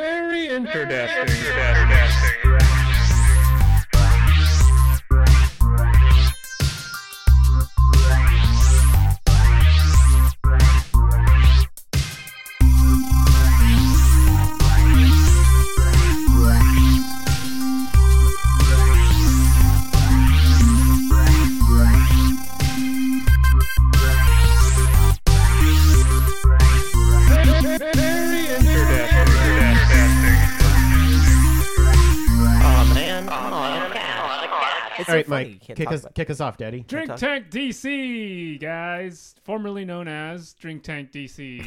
Very interesting. Very interesting. Oh man. Oh, gosh. gosh. It's so All funny you right, Mike, can't kick talk us about- kick us off, Daddy. Drink Talk- Tank DC, guys, formerly known as Drink Tank DC.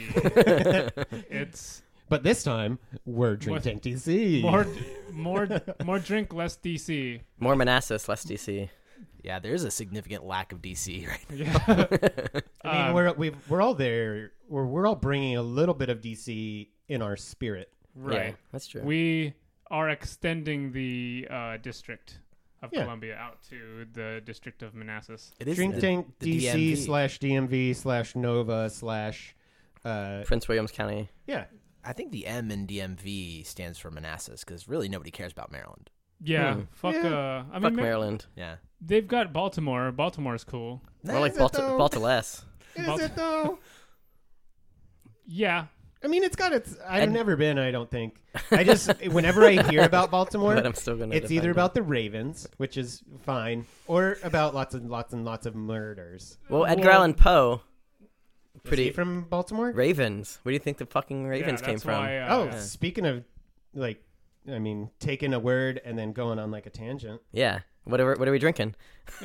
it's But this time we're drinking DC. more, more, more drink, less DC. More Manassas, less DC. Yeah, there's a significant lack of DC right now. Yeah. I mean, Um, we're we we're all there. We're we're all bringing a little bit of DC in our spirit. right. Yeah, that's true. We are extending the uh, district of Yeah. Columbia out to the district of Manassas. It is Drink the- Tank the DC DMV. slash DMV slash Nova slash. Uh, Prince Williams County. yeah, I think the M in DMV stands for Manassas because really nobody cares about Maryland. Yeah, fuck. Yeah. Uh, I mean, Hmm. Fuck ma- Maryland. Yeah. they've got Baltimore. Baltimore's cool. More like Is it Balti- though? Baltiless. is Balt- it though? Yeah, I mean, it's got its. I've And- never been. I don't think. I just whenever I hear about Baltimore, But I'm still gonna it's either defend about the Ravens, which is fine, or about lots and lots and lots of murders. Well, Edgar Well- Allan Poe. Is he Pretty from Baltimore? Ravens. Where do you think the fucking Ravens yeah, came that's from? Why, uh, oh, speaking of, like, I mean, taking a word and then going on like a tangent. Yeah. What are, what are we drinking?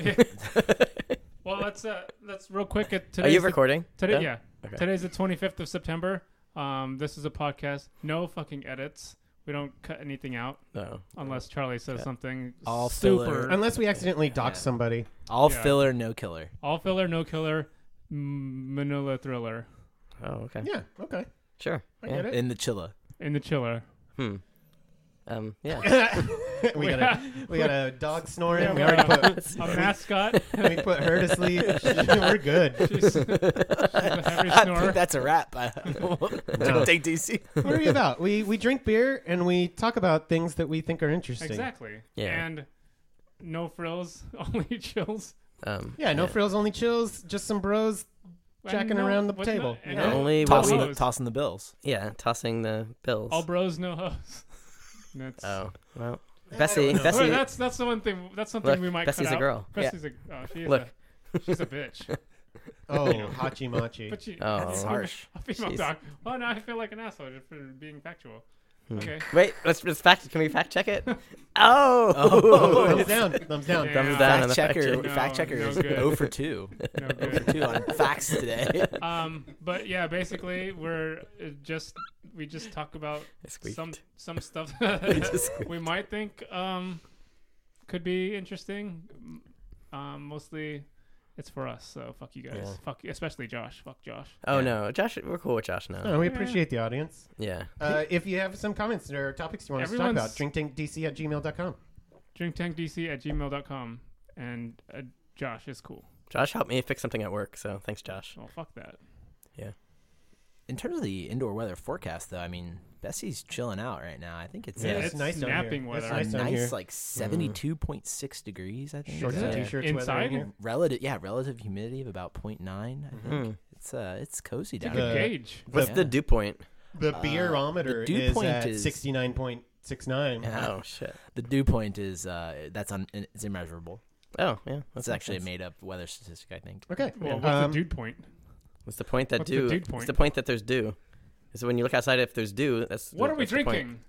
Well, let's uh, let's real quick. At Are today's you the- recording? Today, yeah. No? Okay. Today's the 25th of September. Um, this is a podcast. No fucking edits. We don't cut anything out No. unless Charlie says something All super. filler. Unless we accidentally dox Yeah. somebody. All Yeah. filler, no killer. All filler, no killer, m- Manila thriller Oh, okay. Yeah. Okay. Sure. I Yeah. get it. In the Chilla. in the chiller. Hmm. Um, yeah. we got a we got a dog snoring. Yeah, we we already got put A mascot. we put her to sleep. We're good. She's, she's a heavy I think snorer. that's a wrap. Drink Tank DC. What are we about? We we drink beer and we talk about things that we think are interesting. Exactly. Yeah. And no frills, only chills. Um, Yeah. No frills, only chills. Just some bros. And Jacking no- around the with table, and you know? Only what Tossing we, the, hose. tossing the bills. yeah, tossing the bills. All bros, no hoes. That's, oh, well, Bessie, know. Wait, Bessie, that's that's the one thing. That's something Look, we might. Bessie's cut a out. girl. Bessie's a. Oh, she is Look. A, she's a bitch. Oh, hachi machi. But she. Oh. that's That's harsh. A female Jeez. dog. Well, now I feel like an asshole just for being factual. hmm. Okay. wait, let's, let's fact. Can we fact check it? Oh, Thumbs down. Thumbs down. Yeah. thumbs down. Fact on the checker, check. No, fact checker no is good. 0 for 2. No 0 for good. 2 on facts today. Um, but yeah, basically we're uh, just we just talk about I squeaked. some some stuff just we might think um could be interesting. Um, mostly it's for us, so fuck you guys. Yeah. Fuck, especially Josh. Fuck Josh. Oh Yeah. no, Josh, we're cool with Josh now. Oh, we appreciate the audience. Yeah, Uh, if you have some comments or topics you want us to talk about, Everyone's- drinktankdc at gmail.com. drinktankdc at gmail.com and uh, josh is cool Josh helped me fix something at work, so thanks, Josh. oh fuck that In terms of the indoor weather forecast, though, I mean, Bessie's chilling out right now. I think it's Yeah, uh, it's, it's nice down napping here. weather. It's a nice down here. nice, like 72.6 degrees, I think. Shorts Uh, and Yeah. t-shirts weather in Inside? here. relative yeah relative humidity of about 0.9 i think Mm. it's uh it's cozy down good here game. gauge What's Yeah. the dew point? The beerometer Uh, the dew is point at is- 69.69. Yeah. Oh shit. the dew point is uh that's un- it's immeasurable Oh yeah, that's makes actually sense. a made up weather statistic i think Okay. well what's Um, the dude point What's the point that What's the dew? dew What's point? the point that there's dew? Is when you look outside, if there's dew, that's what are we that's the point. drinking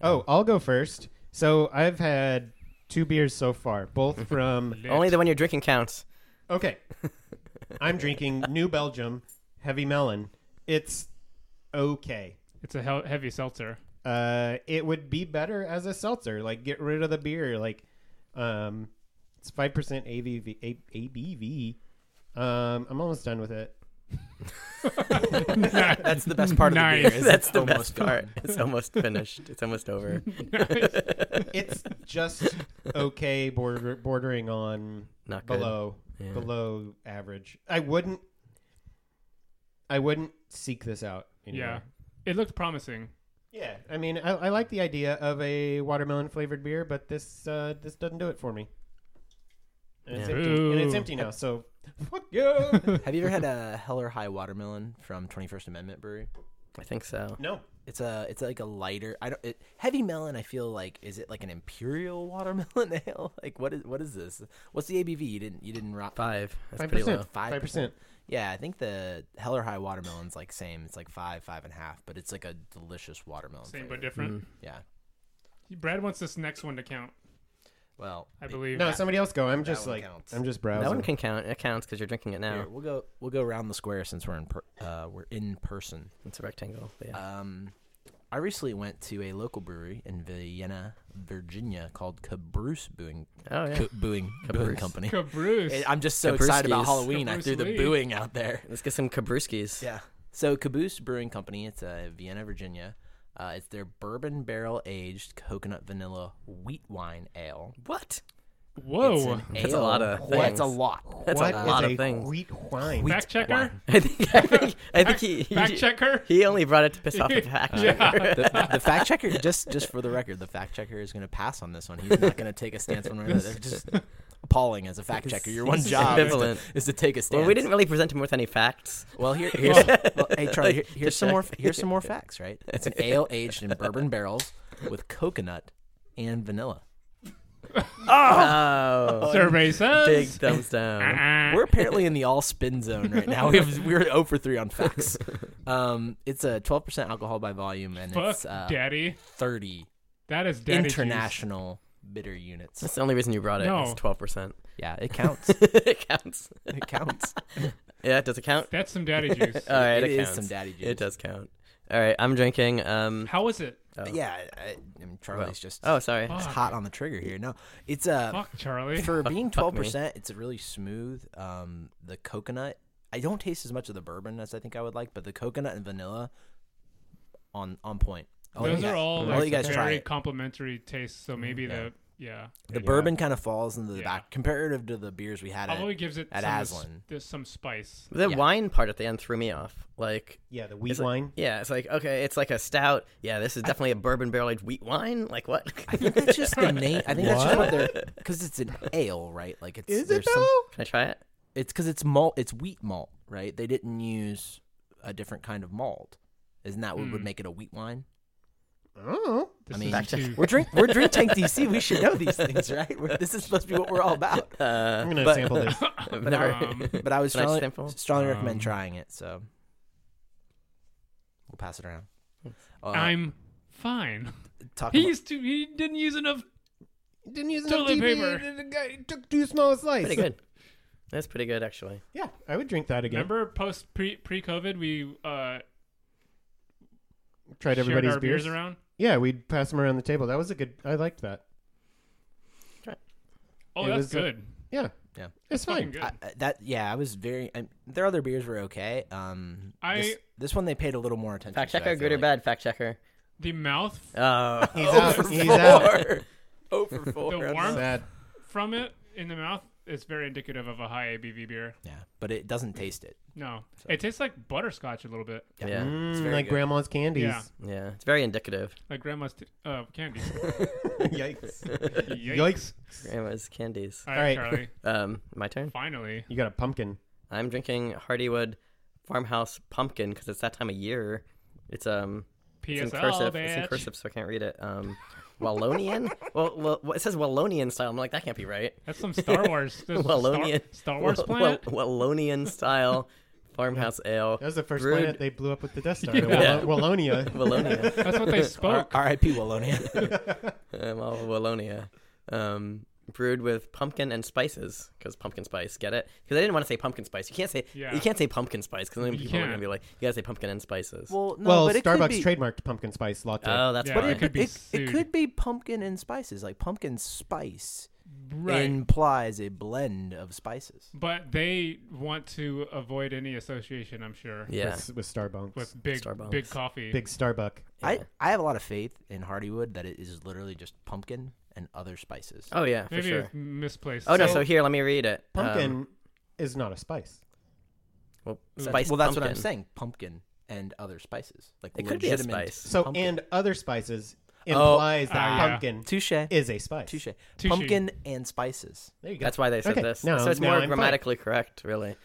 oh, I'll go first. So I've had two beers so far, both from. Only the one you're drinking counts. Okay. I'm drinking New Belgium Heavy Melon. It's okay. it's a hel- heavy seltzer Uh, it would be better as a seltzer. Like, get rid of the beer. Like, um, it's 5% ABV. A- ABV. Um, I'm almost done with it. that's the best part of the Nice. beer is That's it's the almost best gone. part. It's almost finished. It's almost over. it's just okay border, bordering on Not good. below Yeah. below average i wouldn't i wouldn't seek this out yeah anymore. it looked promising Yeah, I mean, I, I like the idea of a watermelon flavored beer, but this uh, this doesn't do it for me. And it's Yeah. empty, and it's Boo. empty now. So fuck you. Have you ever had a Hell or High watermelon from 21st Amendment Brewery? I think so. no, It's a it's like a lighter. I don't it, heavy melon. I feel like is it like an imperial watermelon ale? Like what is what is this? What's the ABV? You didn't you didn't rock Five. That's mm, five pretty low. percent. Five percent. Yeah, I think the Hell or High watermelon's like same. It's like five five and a half, but it's like a delicious watermelon. Same flavor. but different. yeah. Mm. Brad wants this next one to count, Well, I believe. No, somebody else go. I'm That just one like counts. I'm just That one browsing. can count. It counts because you're drinking it now. Here, we'll go we'll go around the square since we're in per, uh, we're in person. It's a rectangle. but yeah. Um, I recently went to a local brewery in Vienna, Virginia, called Caboose Brewing oh yeah. Co- Brewing, Brewing Caboose. Company. Cabruce. It- I'm just so excited about Cabruskis. Halloween. I Caboose threw the Lee. booing out there. Let's get some Kabruskis. Yeah. So Caboose Brewing Company, it's uh, Vienna, Virginia. Uh, it's their bourbon barrel aged coconut vanilla wheat wine ale. What? It's Whoa. an That's a ale. lot of That's things. a lot. That's What a is lot of things. wheat wine? Fact checker. wine. I think. I think, I think he, he. Fact checker. He only brought it to piss off the fact checker. the, the fact checker, just just for the record, the fact checker is going to pass on this one. He's not going to take a stance one way or another. It's Just appalling as a fact checker. Your one He's job is to, ambivalent. is to take a stance. Well, we didn't really present him with any facts. Well, here, here's well, hey Charlie. Here, Like, here's to some more. check. Here's some more facts. Right, it's an ale aged in bourbon barrels with coconut and vanilla. Oh, Survey big says. thumbs down. Ah. We're apparently in the all spin zone right now. We have, we're 0 for 3 on facts. Um, it's a 12% alcohol by volume and Fuck, it's uh, daddy. 30 That is daddy juice. international bitter units. That's the only reason you brought it. No. It's twelve percent. Yeah, it counts. It counts. It counts. Yeah, does it count? That's some daddy juice. All right, it it, is counts. some daddy juice. It does count. All right, I'm drinking. Um, How is it? oh. Yeah, I, I mean, Charlie's Well. just Oh, sorry. it's Fuck. hot on the trigger here. No, it's a Fuck, Charlie. for being fuck twelve me. percent, it's really smooth. Um, the coconut, I don't taste as much of the bourbon as I think I would like, but the coconut and vanilla, on on point. I'll let Those you are guys- all I'll like let oh, you guys very try it. Mm, complimentary tastes. So maybe the yeah The bourbon kind of falls into the Yeah. back comparative to the beers we had. probably At, gives it at some, Aslan. There's some spice. The Yeah. wine part at the end threw me off. Like, Yeah, the wheat It's like- wine. yeah, it's like okay, it's like a stout. Yeah, this is definitely a bourbon barrel aged wheat wine. Like what? I Can think that's just the name. I think that's just what What? they're because it's an ale, right? Like it's Is it there's some- though? I try it? It's because it's malt. It's wheat malt, right? They didn't use a different kind of malt. Isn't that what would Hmm. make it a wheat wine? Oh, This mean, is fact check. too, We're drink we're drink tank DC. We should know these things, right? We're, this is supposed to be what we're all about. Uh, I'm gonna but- sample this. I've never- Um, But I was Nice strongly, sample. strongly recommend Um, trying it. So we'll pass it around. Uh, I'm fine. talking. He's too. He didn't use enough. Didn't use Toilet enough TV. paper. The guy took too small a slice. pretty good. That's pretty good actually. Yeah, I would drink that again. Remember, post pre pre COVID, we uh, Tried shared everybody's our beers. beers. around. Yeah, we'd pass them around the table. That was a good. I liked that. Oh, It that's was, uh, good. Yeah, Yeah. it's Fucking fine. good. I, I- that yeah, I was very. I, their other beers were okay. Um, I- this, this one they paid a little more attention. Fact to, I checker, feel good or like. bad? Fact checker. the mouth Oh, He's out. for He's four. out. Oh for four. The on warmth- that. Sad. from it in the mouth is very indicative of a high ABV beer. Yeah, but it doesn't taste it. No, it tastes like butterscotch a little bit, Yeah. It's Mm, very like good. grandma's candies. Yeah. Yeah, it's very indicative. like grandma's t- uh, candy. Yikes. Yikes! Yikes. Grandma's candies. All All right, right. Charlie. Um, my turn. Finally, You got a pumpkin. I'm drinking Hardywood Farmhouse Pumpkin because it's that time of year. It's um, PSL. it's in cursive. It's in "Oh, bitch. cursive, so I can't read it. Um, Wallonian. well, well, it says Wallonian style. I'm like, that can't be right. That's some Star Wars. There's some Star, Wallonian. Star Wars Wa- wa- planet. Wallonian style farmhouse ale. That was the first Brewed- planet they blew up with the Death Star. Yeah. Wall- Wallonia. Wallonia. That's what they spoke. R.I.P. Wallonia. um, all Wallonia. Um, brewed with pumpkin and spices because pumpkin spice. Get it? Because I didn't want to say pumpkin spice. You can't say Yeah. you can't say pumpkin spice because then You people are gonna can't. be like, you gotta say pumpkin and spices. well, no, well, but it Starbucks could be, trademarked pumpkin spice latte. oh, that's Yeah, fine. it could be it, it sued. could be pumpkin and spices. Like pumpkin spice right. implies a blend of spices. But they want to avoid any association, I'm sure, yeah. with, with Starbucks. with big Starbucks. big coffee. Big Starbuck. I, Yeah. I have a lot of faith in Hardywood that it is literally just pumpkin and other spices. Oh yeah, for Maybe sure. it's misplaced. Oh no, So- so here, let me read it. Um, Pumpkin is not a spice. well, That's- spice well, that's what pumpkin. I'm saying. Pumpkin and other spices. Like It could be a legitimate- spice. So Pumpkin. and other spices Oh, implies that uh, ah, yeah. pumpkin Touche. is a spice. Touche. Touche. Pumpkin and spices. There you go. That's why they said Okay, this. now- so it's now more I'm fine. grammatically correct, really.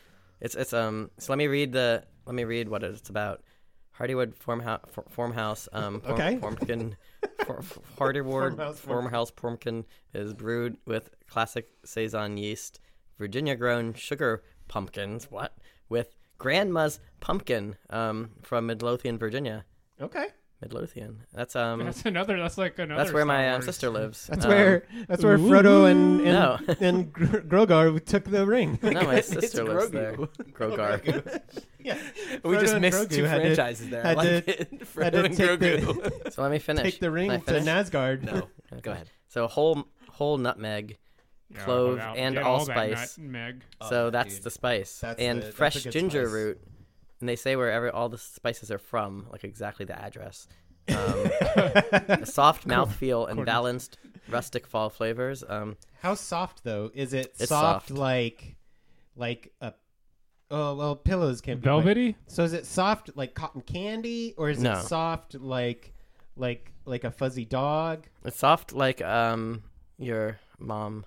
It's it's um. So let me read the let me read what it's about. Hardywood Formhouse Formhouse um form, Okay. Formkin for, Hardywood Formhouse Formhouse Pumpkin is brewed with classic saison yeast, Virginia grown sugar pumpkins. What with grandma's pumpkin um from Midlothian, Virginia. okay. Midlothian. That's um. That's, That's another. That's like another. Star where my uh, Wars. sister lives. That's Um, where that's where Frodo and and, No. and Gr- Grogar took the ring. Um, No, my It's sister lives there. Oh Grogu. Grogar. yeah. We Frodo just and missed Grogu two had to- franchises there. I had like to- it. had to Frodo and take the- Grogu. So let me finish. Take the Can I ring to finish? Nazgard. No, go ahead. So whole whole nutmeg. Yeah, clove without- and get all allspice. That nut, Meg. Oh, so yeah, that's dude. the spice That's and the- that's a fresh good ginger spice. root. And they say wherever all the spices are from, like exactly the address. Um, a soft mouthfeel and balanced rustic fall flavors. Um, How soft though? Is it It's soft, soft. like like a oh well pillows can't be quite- Velvety. So is it soft like cotton candy, or is No. it soft like like like a fuzzy dog? it's soft like um, your mom.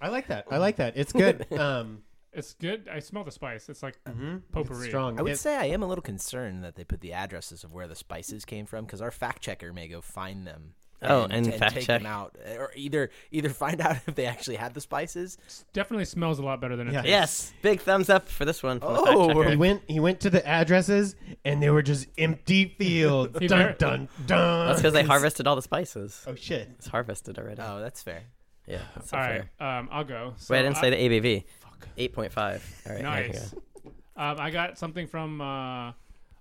I like that. I like that. It's good. Um, It's good. I smell the spice. It's like Mm-hmm. mhm. potpourri. It's strong. I would It- say I am a little concerned that they put the addresses of where the spices came from because our fact checker may go find them. Oh, and fact take check. them out, or either either find out if they actually had the spices. Definitely smells a lot better than it Yeah. tastes. Yes, big thumbs up for this one. From the Oh, fact we're- checker. He went. He went to the addresses, and they were just empty fields. He dun very- dun dun. That's because they harvested all the spices. Oh shit! It's harvested already. Oh, that's fair. Yeah. so All fair. right. Um, I'll go. So Wait, I didn't say the ABV. Fuck. Eight point five. All right. there you Nice. go. Um, I got something from uh,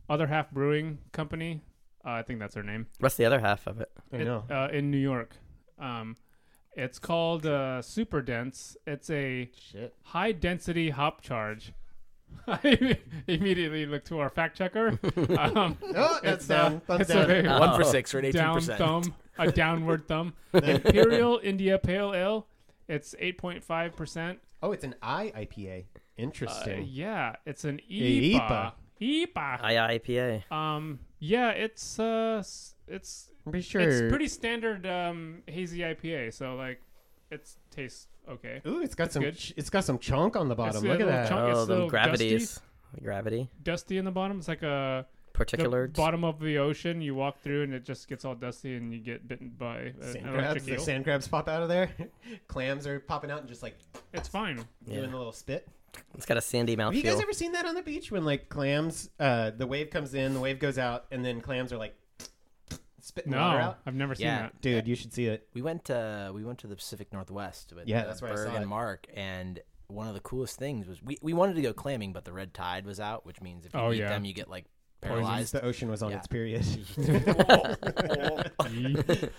Other Half Brewing Company. Uh, I think that's her name. What's the other half of it? I It- know. uh, in New York. Um, it's called uh, Super Dense. It's a Shit. high density hop charge. I immediately looked to our fact checker. Um, Oh, that's it's, uh, down. Thumbs it's a down. big Oh. One for six. We're at eighteen down percent. thumb, a downward thumb. Imperial India Pale Ale. It's 8.5%. oh, it's an IIPA. Uh, Interesting. yeah, it's an E A IPA. IPA. IIPA. Um, yeah, it's uh, s- Uh, it's I'm pretty sure. It's pretty standard um, hazy IPA, so like, it tastes okay. Ooh, it's got some. good. ch- It's got some chunk on the It's bottom. a Look at little that. chunk. Oh, it's the so gravities. Gravity. Dusty in the bottom. It's like a the Particulars. bottom of the ocean. You walk through and it just gets all dusty, and you get bitten by an Sand electric crabs. The eel. sand crabs pop out of there. Clams are popping out and just like It's fine. doing Yeah. a little spit. It's got a sandy Have you guys mouthfeel. ever seen that on the beach when like clams, uh, the wave comes in, the wave goes out, and then clams are like spitting No, water out? I've never seen Yeah. that. Dude, you should see it. We went to we went to the Pacific Northwest with Yeah, uh, that's where I Berg saw and it. Mark, and one of the coolest things was we, we wanted to go clamming, but the red tide was out, which means if you Oh, eat yeah. them, you get like Poisoned. paralyzed. The ocean was on Yeah. its period. It's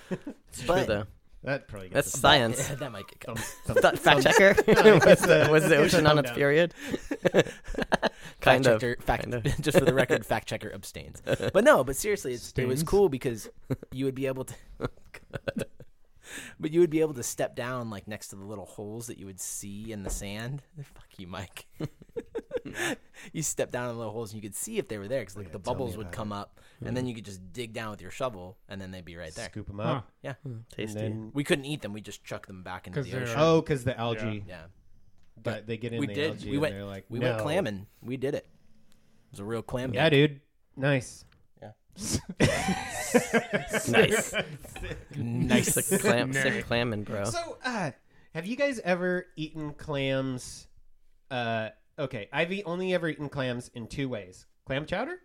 true But- though. that probably gets That's science. that might get thumbs, Th- thumbs, Fact checker. was, the, was the it's ocean a on thumb its down. period? kind fact of. checker, fact, kind of. just for the record, fact checker abstains. But no, but seriously, it's, it was Stings. cool because you would be able to, Oh, but you would be able to step down like next to the little holes that you would see in the sand. Fuck you, Mike. you step down in the little holes and you could see if they were there because like Yeah, the tell me bubbles would about Hmm. come up and then you could just dig down with your shovel and then they'd be right there. scoop them Huh. up. Yeah, and Hmm, Tasty. then, we couldn't eat them. We just chuck them back into 'Cause the they're- ocean. oh, because the algae, Yeah, got- they get in we the did. algae. We went. And they're like, we no. went clamming. We did it. It was a real clam. Yeah, dude. Nice. nice. Nice. Sick clam, Nice. sick clamming, bro. So, uh, have you guys ever eaten clams? Uh, okay, I've e- only ever eaten clams in two ways: clam chowder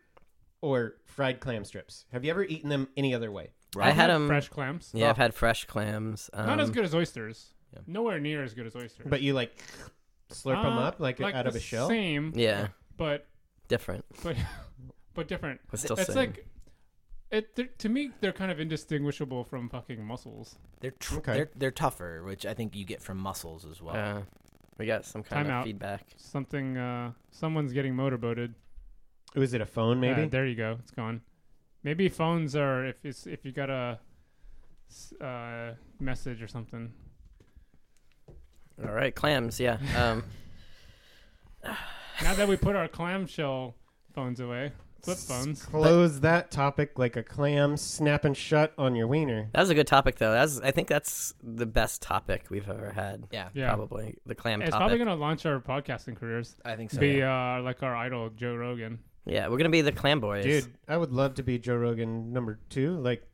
or fried clam strips. Have you ever eaten them any other way? I had them. fresh clams. Yeah, I've had fresh clams. Um, Not as good as oysters. Nowhere near as good as oysters. But you like slurp them Uh, up like, out of the a shell. Same, Yeah, but different. but but different. But still it's same. like it they're- to me they're kind of indistinguishable from fucking mussels. They're tr- Okay. they're they're tougher, which I think you get from muscles as well. Uh, we got some Time kind of out. feedback. Something uh someone's getting motorboated. Was it a phone? Maybe. Uh, there you go. It's gone. Maybe phones are if it's if you got a s- uh, message or something. All right, clams. Yeah. Um, Now that we put our clamshell phones away, flip phones. Close that topic like a clam snapping shut on your wiener. That was a good topic, though. That's I think that's the best topic we've ever had. Yeah, Yeah. Probably the clam It's topic. probably going to launch our podcasting careers. I think so. Be yeah. uh, like our idol, Joe Rogan. Yeah, we're gonna be the clam boys. Dude, I would love to be Joe Rogan number two, like,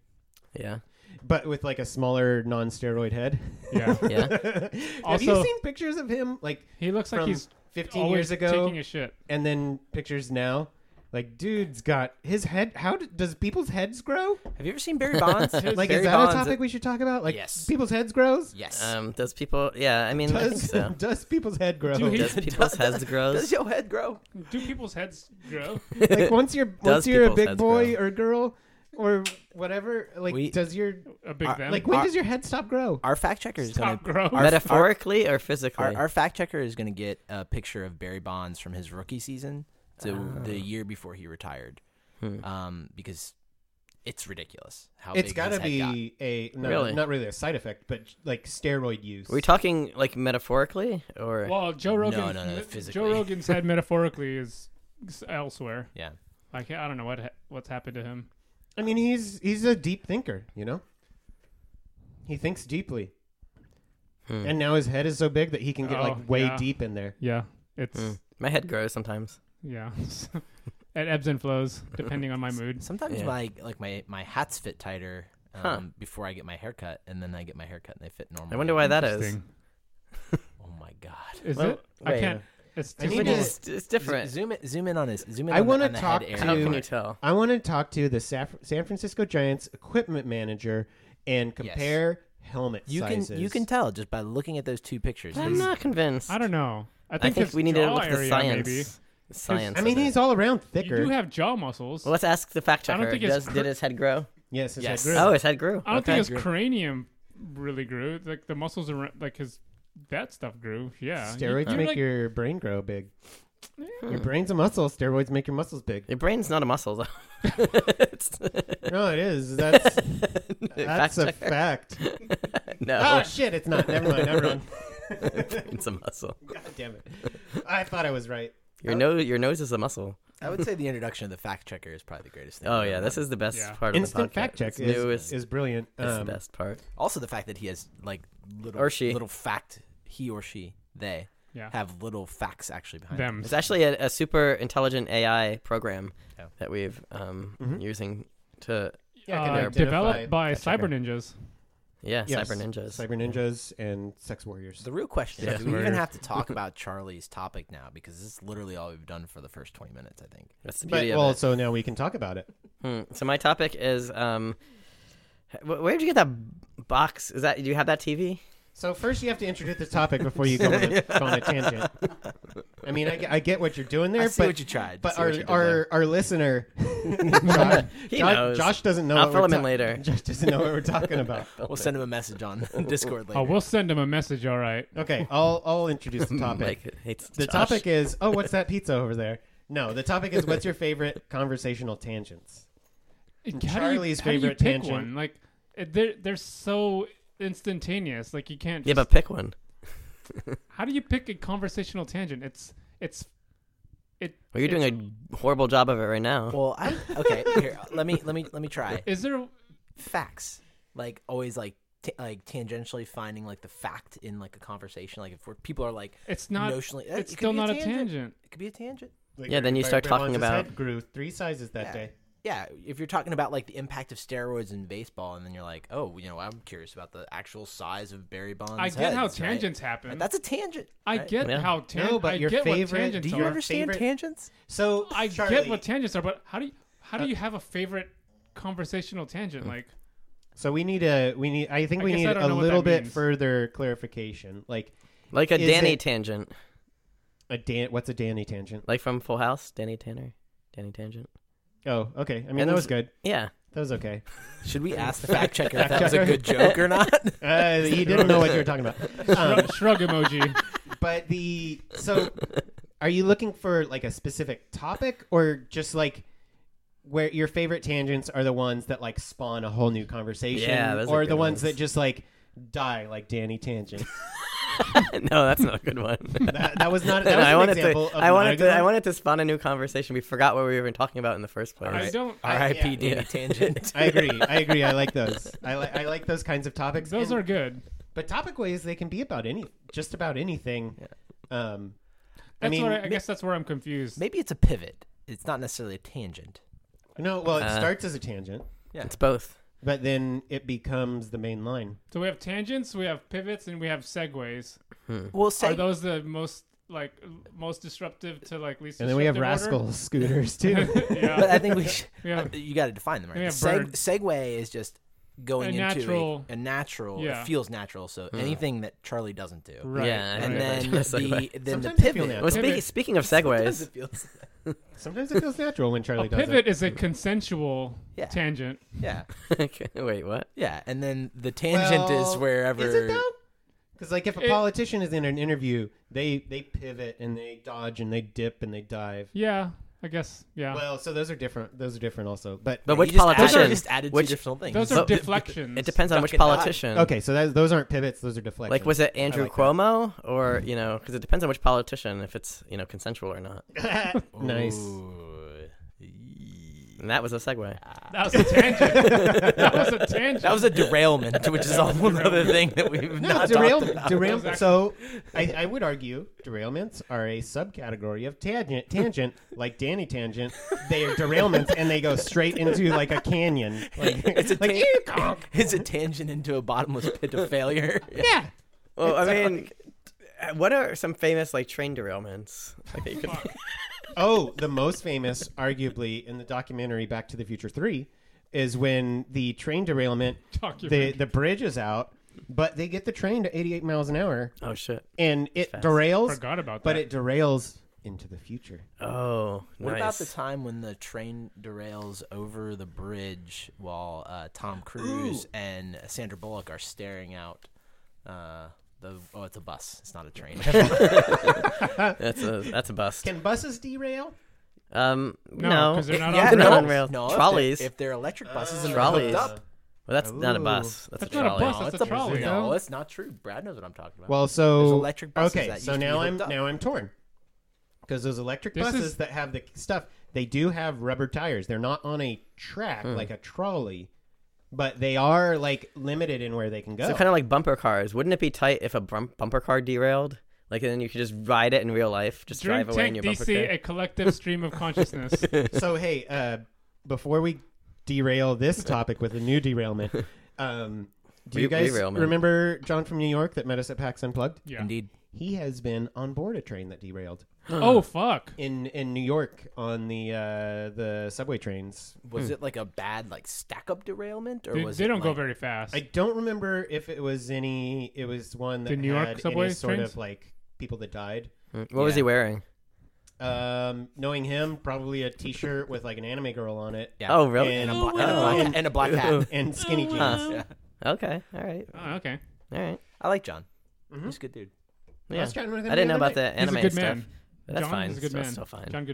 Yeah. but with like a smaller non-steroid head. Yeah. Yeah. Have you Also- seen pictures of him like He looks like from he's 15 always years ago taking a shit. and then pictures now? Like, dude's got his head. How d does people's heads grow? Have you ever seen Barry Bonds? Like, Barry is that Bonds- a topic Um, we should talk about? Like, Yes. people's heads grows. Yes. Um. Does people? Yeah. I mean, I think Does so. does people's head grow? Do he- Does people's heads grow? Does your head grow? Do people's heads grow? like once you're once Does you're a people's big heads boy grow? or girl or whatever, like We- does your A big Uh, them. like when Our- does your head stop grow? Our fact checker is going Stop to. grow. our- Metaphorically or physically? Our, our fact checker is going to get a picture of Barry Bonds from his rookie season to the year before he retired, Hmm. um, because it's ridiculous how It's big got his to head got be a no, Really? not really a side effect, but like steroid use. Are we talking like metaphorically or? well, Joe Rogan. no, no, me- physically. Joe Rogan's head metaphorically is s- elsewhere. Yeah, Like I don't know what ha- what's happened to him. I mean, he's he's a deep thinker, you know. He thinks deeply, Hmm. and now his head is so big that he can get Oh, like way yeah. deep in there. Yeah, it's Hmm. My head grows sometimes. yeah. it ebbs and flows depending on my mood. sometimes Yeah. my like my my hats fit tighter um, Huh. before I get my haircut, and then I get my haircut and they fit normally. I wonder why that is. Interesting. Oh my god! Is Well, it? I wait. can't. It's I too need small. to- It's, it's different. Z- zoom it, zoom in on his. Zoom in. I on the- wanna on the talk head to- How area. can Dude. you tell? I want to talk to the Saf- San Francisco Giants equipment manager and compare helmet You can sizes. you can tell just by looking at those two pictures. I'm He's- not convinced. I don't know. I I think, think it's we need to jaw look at the area, science. Maybe. The science. I mean, of it. he's all around You thicker. do have jaw muscles. Well, let's ask the fact I don't checker. think it's Does, cr- did his head grow? yes, his head Yes. grew. Oh, his head grew. I don't okay. think his cranium really grew. It's Like the muscles around, like his that stuff grew. Yeah, You- Steroids you make like- your brain grow big. Hmm. Your brain's a muscle. Steroids make your muscles big. Your brain's not a muscle, though. It's- No, it is. That's Fact that's a checker. fact. no, Oh Ah. shit! It's not. Never mind. Never mind. it's a muscle. God damn it! I thought I was right. Oh. Your nose, your nose is a muscle. I would say the introduction of the fact checker is probably the greatest thing. Oh I've yeah, ever this done. is the best Yeah. part of Instant the podcast. fact check It's is, new, it's, is brilliant. it's Um, the best part. also the fact that he has like little Or she. little fact he or she they Yeah. have little facts actually behind them. It's actually a, a super intelligent AI program Yeah. that we've um, Mhm. using to Yeah, I can Uh, identify developed by that checker. Cyber Ninjas. yeah Yes. cyber ninjas. cyber ninjas and sex warriors. The real question Yeah. is, do we even Murder. have to talk about Charlie's topic now? Because this is literally all we've done for the first 20 minutes, I think. That's the But beauty of well, it. so now we can talk about it. Hmm. So my topic is um, wh- where did you get that box? Is that do you have that TV? So first, you have to introduce the topic before you go on a, go on a tangent. I mean, I, get- I get what you're doing there, I see but what you tried. but See what our you did there. our, our listener, Josh, He Josh- knows. Josh doesn't know. I'll what fill we're him in ta- later. Josh doesn't know what we're talking about. We'll send him a message on Discord later. Oh, we'll send him a message. All right. Okay, I'll I'll introduce the topic. Mike Hmm, hates The Josh. topic is, oh, what's that pizza over there? No, the topic is, what's your favorite conversational tangents? How Charlie's do you, how favorite do you pick tangent. one? Like it- they're they're so instantaneous. Like you can't. Yeah, Just, but pick one. how do you pick a conversational tangent? It's it's Well, you're doing a horrible job of it right now. Well, I okay. Here, let me let me let me try is there facts. Like always, like t- like tangentially finding like the fact in like a conversation. Like if we're, people are like it's not notionally, eh, it's it could still be not a tangent. tangent. It could be a tangent. Like, Yeah, then you Barry- start Barry talking Bonds' about- head grew three sizes that Yeah. day. Yeah, if you're talking about like the impact of steroids in baseball, and then you're like, oh, you know, I'm curious about the actual size of Barry Bonds. I get how heads, right? tangents happen. That's a tangent. I right? get Yeah. how tan- No, but I your get favorite- what tangents do are. you ever- understand favorite- tangents? So I Charlie, Uh, get what tangents are, but how do you how do you have a favorite conversational tangent? Mm. Like so we need a we need. I think I we guess I need don't a know what little that bit means. further clarification. Like like a is Danny it- tangent, a Dan, what's a Danny tangent? like from Full House, Danny Tanner, Danny tangent. Oh, okay. I mean, And- that was good. Yeah, That was okay. Should we ask the fact checker if Fact that was a checker. good joke or not? Uh, you didn't know what you were talking about. Uh, Um, shrug, shrug emoji. but the so are you looking for like a specific topic or just like where your favorite tangents are the ones that like spawn a whole new conversation Yeah, those are or the good ones ones. that just like die like Danny tangent no, that's not a good one. That, that was not. No, That was I an wanted example to. of I not wanted a to. good I one. wanted to spawn a new conversation. We forgot what we were even talking about in the first place. I don't. I, R.I.P. Danny Yeah. Tangent. I agree. I agree. I like those. I, li- I like those kinds of topics. those And- are good. but topic ways they can be about any, just about anything. Um, That's I mean, what I, I guess that's where I'm confused. Maybe it's a pivot. It's not necessarily a tangent. no, well, it Uh. starts as a tangent, It's both. but then it becomes the main line. So we have tangents, we have pivots, and we have segues. Well, Are seg- those the most like most disruptive to like least? And then we have disruptive rascal order? scooters too. yeah. but I think we should, Yeah. uh, you got to define them right. Yeah, Seg- bird. segue is just going A into natural- a, a natural. Yeah. It feels natural. So anything that Charlie doesn't do, Right. Yeah, right. and right. then That's like the then the Sometimes I pivot. Well, feel natural. speak, Pivot. speaking of segues, Sometimes it feels natural when a Charlie does pivot it. is a consensual Yeah. tangent. Yeah, Okay, wait, what? yeah, and then the tangent Well, is wherever. Is it though? Because like if a It- politician is in an interview, they they pivot and they dodge and they dip and they dive. Yeah, I guess. Yeah. Well, so those are different. Those are different also. But But You which just added- politician? you just added which- two different things. those are So- Mm, deflections. It depends on Duck which and dive. politician. okay, so that, those aren't pivots. Those are deflections. Like, was it Andrew like that. Cuomo, or you know, because it depends on which politician, if it's you know consensual or not. nice. Ooh. And that was a segue. That was a tangent. that was a tangent. That was a derailment, which is a whole other thing that we've No, not talked derailment. about. Derailment. So, I, I would argue derailments are a subcategory of tangent. Tangent, like Danny tangent, they are derailments and they go straight into like a canyon. Like, It's a like, tan- "Ew, conk." It's a tangent into a bottomless pit of failure. yeah. Well, I mean, uh, what are some famous like train derailments? Like, that you could- Oh, the most famous, arguably, in the documentary Back to the Future Three, is when the train derailment. The Documentary. the bridge is out, but they get the train to 88 miles an hour oh shit! and it Fast. derails. Forgot about But that. it derails into the future. Oh, What nice. about the time when the train derails over the bridge while uh, Tom Cruise and Sandra Bullock are staring out uh, the oh, it's a bus. It's not a train. that's a that's a bust. Can buses derail? Um, no, no, because they're not Yeah, on rails. no. on rail. if they're- Trolleys. If they're electric buses and Trolleys. they're hooked up. Well, that's not a Ooh. bus. That's, That's a not a trolley. bus, that's a trolley. No, no? it's not true. Brad knows what I'm talking about. Well, so There's electric buses Okay, that so used to be now I'm hooked up. now I'm torn because those electric This buses is- that have the stuff they do have rubber tires. They're not on a track Hmm. like a trolley, but they are like limited in where they can go. So kind of like bumper cars. Wouldn't it be tight if a brum- bumper car derailed? Like then you could just ride it in real life, just Drink drive away in tank your bumper DC, car. a collective stream of consciousness. so hey, uh, before we derail this topic with a new derailment, um, do you Re- guys rerailment. remember John from New York that met us at PAX Unplugged? Yeah. Indeed. He has been on board a train that derailed Oh fuck. in in New York on the uh, the subway trains. Was it like a bad like stack up derailment or hmm. They, was they it don't go like- very fast. I don't remember if it was any. It was one that The New had York subway any sort trains? of like people that died. Hmm. what was he wearing? Um, knowing him, probably a T-shirt with like an anime girl on it Yeah. Oh, really? And and a a, blo- black, and a black hat. and skinny jeans. Huh. Okay. All right. oh, okay. All right. I like John. Mm-hmm. He's a good dude. Yeah. was chatting with him I didn't the know other about the night. anime He's a good stuff. man. But that's John fine. is a good Still- man. still fine. John,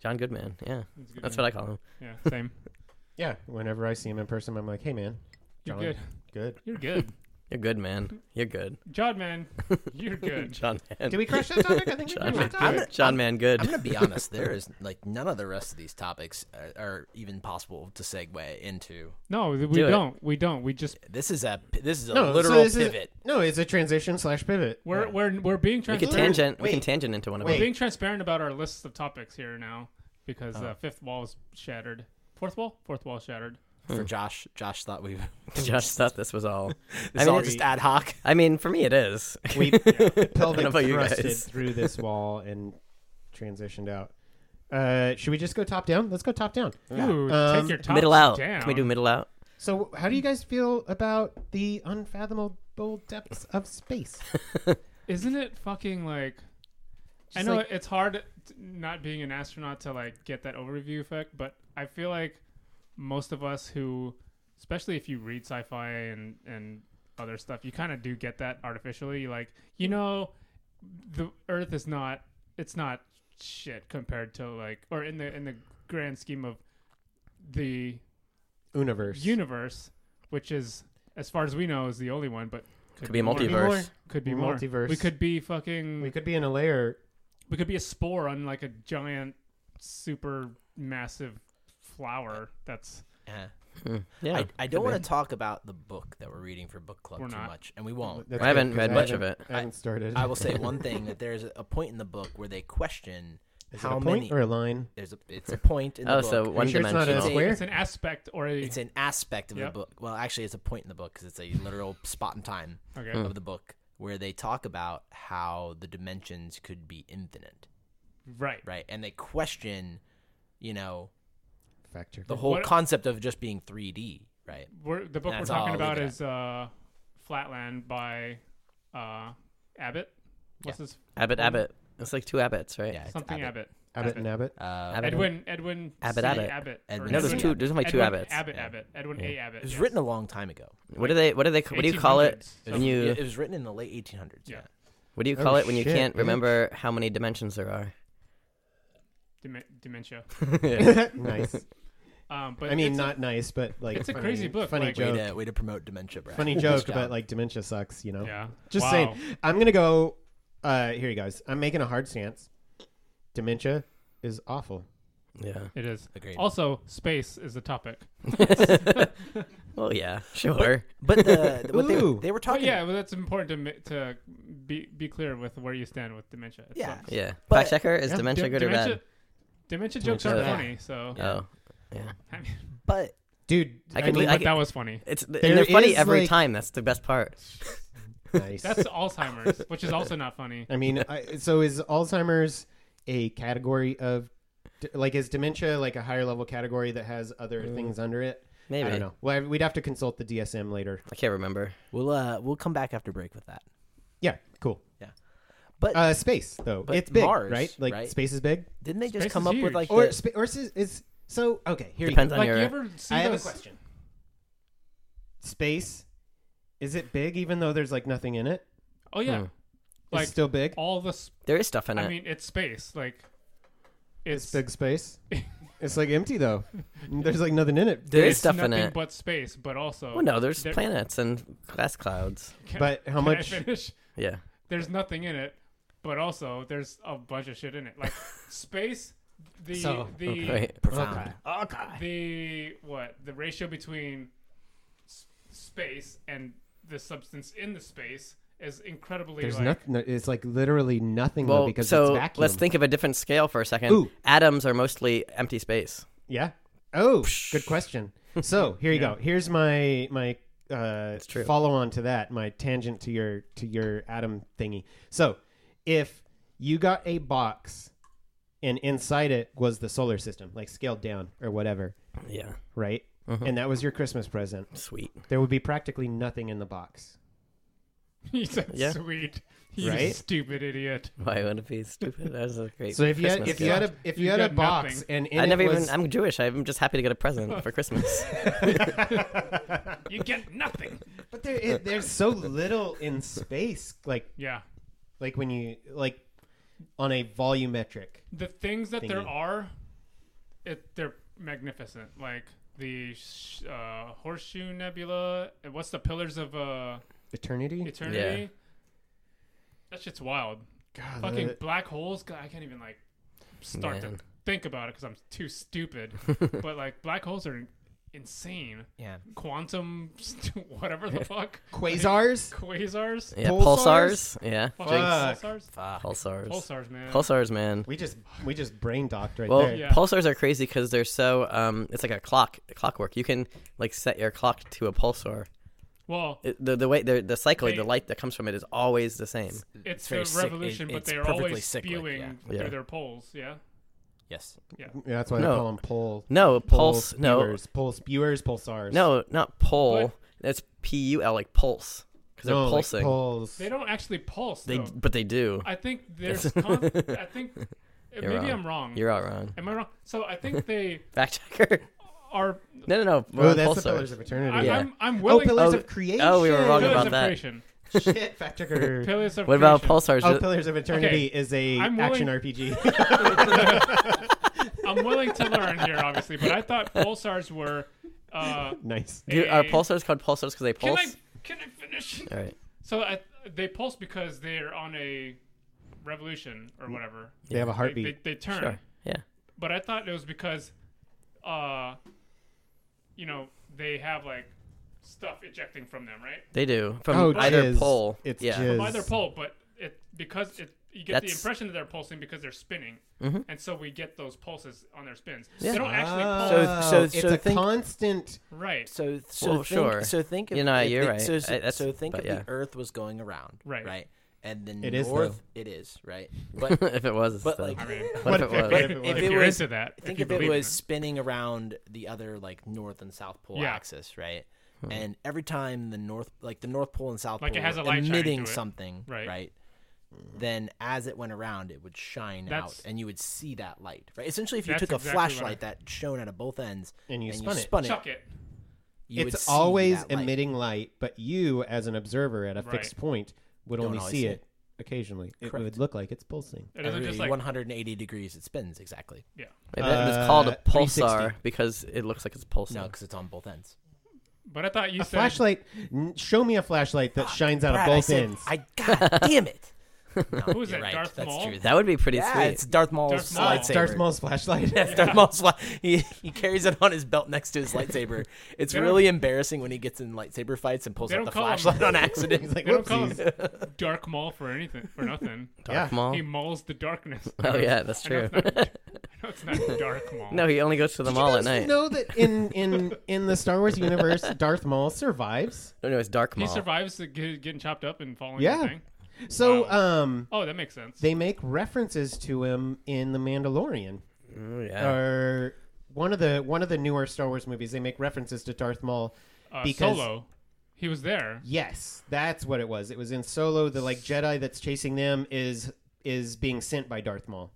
John Goodman. Goodman. Yeah. He's a good That's man. what I call him. Yeah. Same. Yeah, whenever I see him in person, I'm like, hey man, You're John, good. good. You're good. You're good, man. You're good. John man. You're good. John man. Did we crush that topic? I think we John, crushed that I'm topic. John man good. I'm gonna be honest. There is like none of the rest of these topics are, are even possible to segue into. No, we Do it. don't. We don't. We just This is a this is a No, literal so this pivot. Is, no, it's a transition slash pivot. we're we're we're being we can transparent. tangent. We can Wait. tangent into one of We're them. being transparent about our lists of topics here now because Oh. uh, fifth wall is shattered. Fourth wall? Fourth wall shattered. Hmm. For Josh, Josh thought we. Josh thought this was all. This I is mean, all it's, just ad hoc. I mean, for me, it is. We I pelvic don't know about you thrusted guys. through this wall and transitioned out. Uh, should we just go top down? Let's go top down. Ooh, Um, take your tops middle out. down. Can we do middle out? So, how do you guys feel about the unfathomable depths of space? Isn't it fucking like? I Just know like- it's hard t- not being an astronaut to like get that overview effect, but I feel like most of us who, especially if you read sci-fi and and other stuff, you kind of do get that artificially. Like you know, the Earth is not it's not shit compared to like or in the in the grand scheme of the Universe. universe, which is as far as we know is the only one, but Could be a more. multiverse. Could be more. Multiverse. We could be fucking. We could be in a layer. We could be a spore on like a giant, super massive flower. That's Uh-huh. Yeah. I, I don't want to talk about the book that we're reading for book club We're too not. much, and we won't. That's I haven't good, 'cause read much of haven't- it. I haven't started. I will say one thing that there's a point in the book where they question Is it how a point many. or a line? there's a it's a point in the oh, book. so one sure it's not a dimensional. square? it's an aspect or a. it's an aspect of Yep. the book. Well, actually, it's a point in the book because it's a literal spot in time okay. Mm. of the book where they talk about how the dimensions could be infinite, Right. right? And they question, you know, Fact check. the whole What- concept of just being 3D, right? We're, the book we're That's talking all, leave about it is uh, Flatland by uh, Abbott. What's his Abbott, Abbott. It's like two Abbots, right? Yeah, it's something Abbott. Abbott. Abbott and Abbott. Uh, Abbott. Edwin Edwin Abbott, C. Abbott. or Edwin No, there's Yeah. Edwin- two. There's only two Edwin Abbots. Abbott Yeah. Abbott. Edwin A Abbott. it was yes. written a long time ago. What do they? What do they? What do you call it? 1800s. When you It, it was written in the late 1800s. Yeah. Yeah. what do you Oh, call it when you shit, can't bitch. remember how many dimensions there are? Deme- dementia. nice. Um, but I mean, it's a- not nice, but like it's a funny- crazy book, Funny like- Way joke. to way to promote dementia, Brad. Funny Good joke, job. but like dementia sucks. You know. yeah. Just Wow. saying. I'm gonna go. Uh, here you guys. I'm making a hard stance. Dementia is awful. yeah. It is. Agreed. Also, space is the topic. Well, yeah. Sure. But the, the- what they, uh, Ooh. they were But talking. Oh, yeah, well, that's important to mi- to be be clear with where you stand with dementia. It Yeah. sucks. yeah. But- Fact checker is Yeah. dementia Dem- good dementia, or bad? dementia jokes are Dementia. not funny, so Oh, I mean, But Dude, I I, can- mean, but that was funny. it's and There they're funny is, every like- time. That's the best part. nice. That's Alzheimer's, which is also not funny. I mean, I, so is Alzheimer's a category of d- like is dementia like a higher level category that has other Mm. things under it? Maybe I don't know. Well, we'd have to consult the DSM later. I can't remember. we'll uh, we'll come back after break with that. Yeah, cool. Yeah. But- uh, space though, but it's big, Mars, right? Like right? space is big, Didn't they just Space come is up huge. with like or the, spa- or is, is so okay. Here Depends on Like, you your. ever see you go. I have a those- question. Space is it big even though there's like nothing in it? Oh yeah, Hmm. like it's still big. all the. Sp- there is stuff in it. I mean, it's space. Like, It's, it's, big space. it's like empty though. There's like nothing in it. there is it's stuff in nothing it. but space. But also, well, no, there's there- planets and glass clouds. Can- But how can I much? finish? Yeah. There's nothing in it, but also there's a bunch of shit in it. Like space, the So, the Right. profound? Okay. the what the ratio between s- space and the substance in the space is incredibly There's like, nothing. It's like literally nothing though Well, because so it's vacuum. let's think of a different scale for a second. Ooh. Atoms are mostly empty space. Yeah. Oh, good question. So here you go. Here's my my uh, true. follow on to that. My tangent to your to your atom thingy. So if you got a box and inside it was the solar system, like scaled down or whatever, Yeah. right? Uh-huh. And that was your Christmas present. Sweet. There would be practically nothing in the box. he's a Yeah. sweet he's a Right? stupid idiot Why would it be stupid? That was a great. So if you had, Christmas if you had gift. a if you, You had a got box nothing. and in I it never was, even. I'm Jewish. I'm just happy to get a present for Christmas. you get nothing but there it, there's so little in space, like yeah like when you like on a volumetric the things that there Thingy. are it they're magnificent like the sh- uh, horseshoe nebula and what's the pillars of uh, eternity. eternity that shit's wild God, fucking that- black holes. God, I can't even like start Man. to think about it because I'm too stupid. but like black holes are insane. Yeah. Quantum, st- whatever the fuck, quasars. quasars, yeah. Pulsars. Pulsars? Yeah. fucking Jinx. pulsars, Fuck. Pulsars. pulsars, man. Pulsars, man. We just we just brain docked right Well, there. Yeah. pulsars are crazy because they're so. Um, it's like a clock. Clockwork. You can like set your clock to a pulsar. well, It, the the way the the cycle, They- the light that comes from it is always the same. it's very the sick- revolution, it- but it's they're perfectly always cyclic, spewing yeah. through Yeah. their poles. Yeah, Yes. Yeah, that's why they No. call them pole. No pole pulse. No, spewers, pole spewers, pulsars. no, not pole. That's P U L, like pulse, because no, they're like pulsing. poles. they don't actually pulse. they, though. but they do. I think there's. Con- I think uh, maybe wrong. I'm wrong. You're all wrong. Am I wrong? So I think they Fact checker. are. No, no, no. we're Oh, on that's the pulsars. pillars of I, eternity. Yeah. I'm, I'm Oh, willing. pillars Oh, of creation. oh, we were wrong pillars about of that. creation. Shit, fact checker. Pillars of What about creation. pulsars? Oh, pillars of eternity is a I'm action willing- RPG. I'm willing to learn here, obviously, but I thought pulsars were. Uh, nice. Do- are a- pulsars called pulsars because they Can pulse? I can I finish? All right. So I, they pulse because they're on a revolution or whatever. They have a They, heartbeat. they, they turn. Sure. Yeah. But I thought it was because, uh, you know, they have like stuff ejecting from them, right? They do. From Oh, either jizz. pole. It's yeah. jizz. By their pole, but it because it you get the That's- Mm-hmm. impression that they're pulsing because they're spinning, and so we get those pulses on their spins. Yeah. They don't actually Ah. Oh, pulse, So- so- it's so a think- constant. right? So, so Well, think, sure. So think of You know, if you're the- right. So, so, I- that's- so think but if yeah. the Earth was going around, Right. right, and the is, North, it is right, but if it was, but though. like I mean, what if it was? if, If if it you're was- into that, I think you if, it believe in was spinning around the other like North and South Pole Yeah. axis, right? Hmm. And every time the North, like the North Pole and South Like, it Pole, has were a light shining emitting to it. something, Right. right? Mm-hmm. Then as it went around, it would shine That's- out, and you would see that light, right? Essentially, if you That's took a exactly what I- flashlight that shone out of both ends And you spun it. chuck it. you would it's see always that light. emitting light, but you, as an observer at a Right. fixed point, would Don't only always see see it, occasionally. It Correct. would look like it's pulsing. It doesn't Every just like 180 degrees it spins exactly. yeah. It- it's Uh, called a 360. pulsar because it looks like it's pulsing. No, because it's on both ends. But I thought you A said flashlight. N- show me a flashlight that shines out Brad, of I both said- ends. I god damn it. No, Who is you're that, Right. Darth That's Maul? true. That would be pretty yeah, sweet. it's Darth Maul's Darth Maul. lightsaber. Darth Maul's flashlight. That's Darth Maul's li- he, he carries it on his belt next to his lightsaber. It's They really embarrassing when he gets in lightsaber fights and pulls They out don't the call him- flashlight on He's accident. like, They don't call whoopsies. him Dark Maul for anything for nothing. Yeah. Darth Maul. He mauls the darkness. Oh yeah, that's I know true. it's not, I know it's not Dark Maul. no, he only goes to the mall at Did you night. guys know that in, in, in the Star Wars universe, Darth Maul survives? No, no, it's dark he mall. survives the g- getting chopped up and falling. Yeah. Yeah. Thing. So Wow. um, Oh, that makes sense. they make references to him in The Mandalorian. Mm, yeah. or one of the one of the newer Star Wars movies. They make references to Darth Maul. uh, because- Solo, he was there. Yes, that's what it was. It was in Solo. The like Jedi that's chasing them is is being sent by Darth Maul.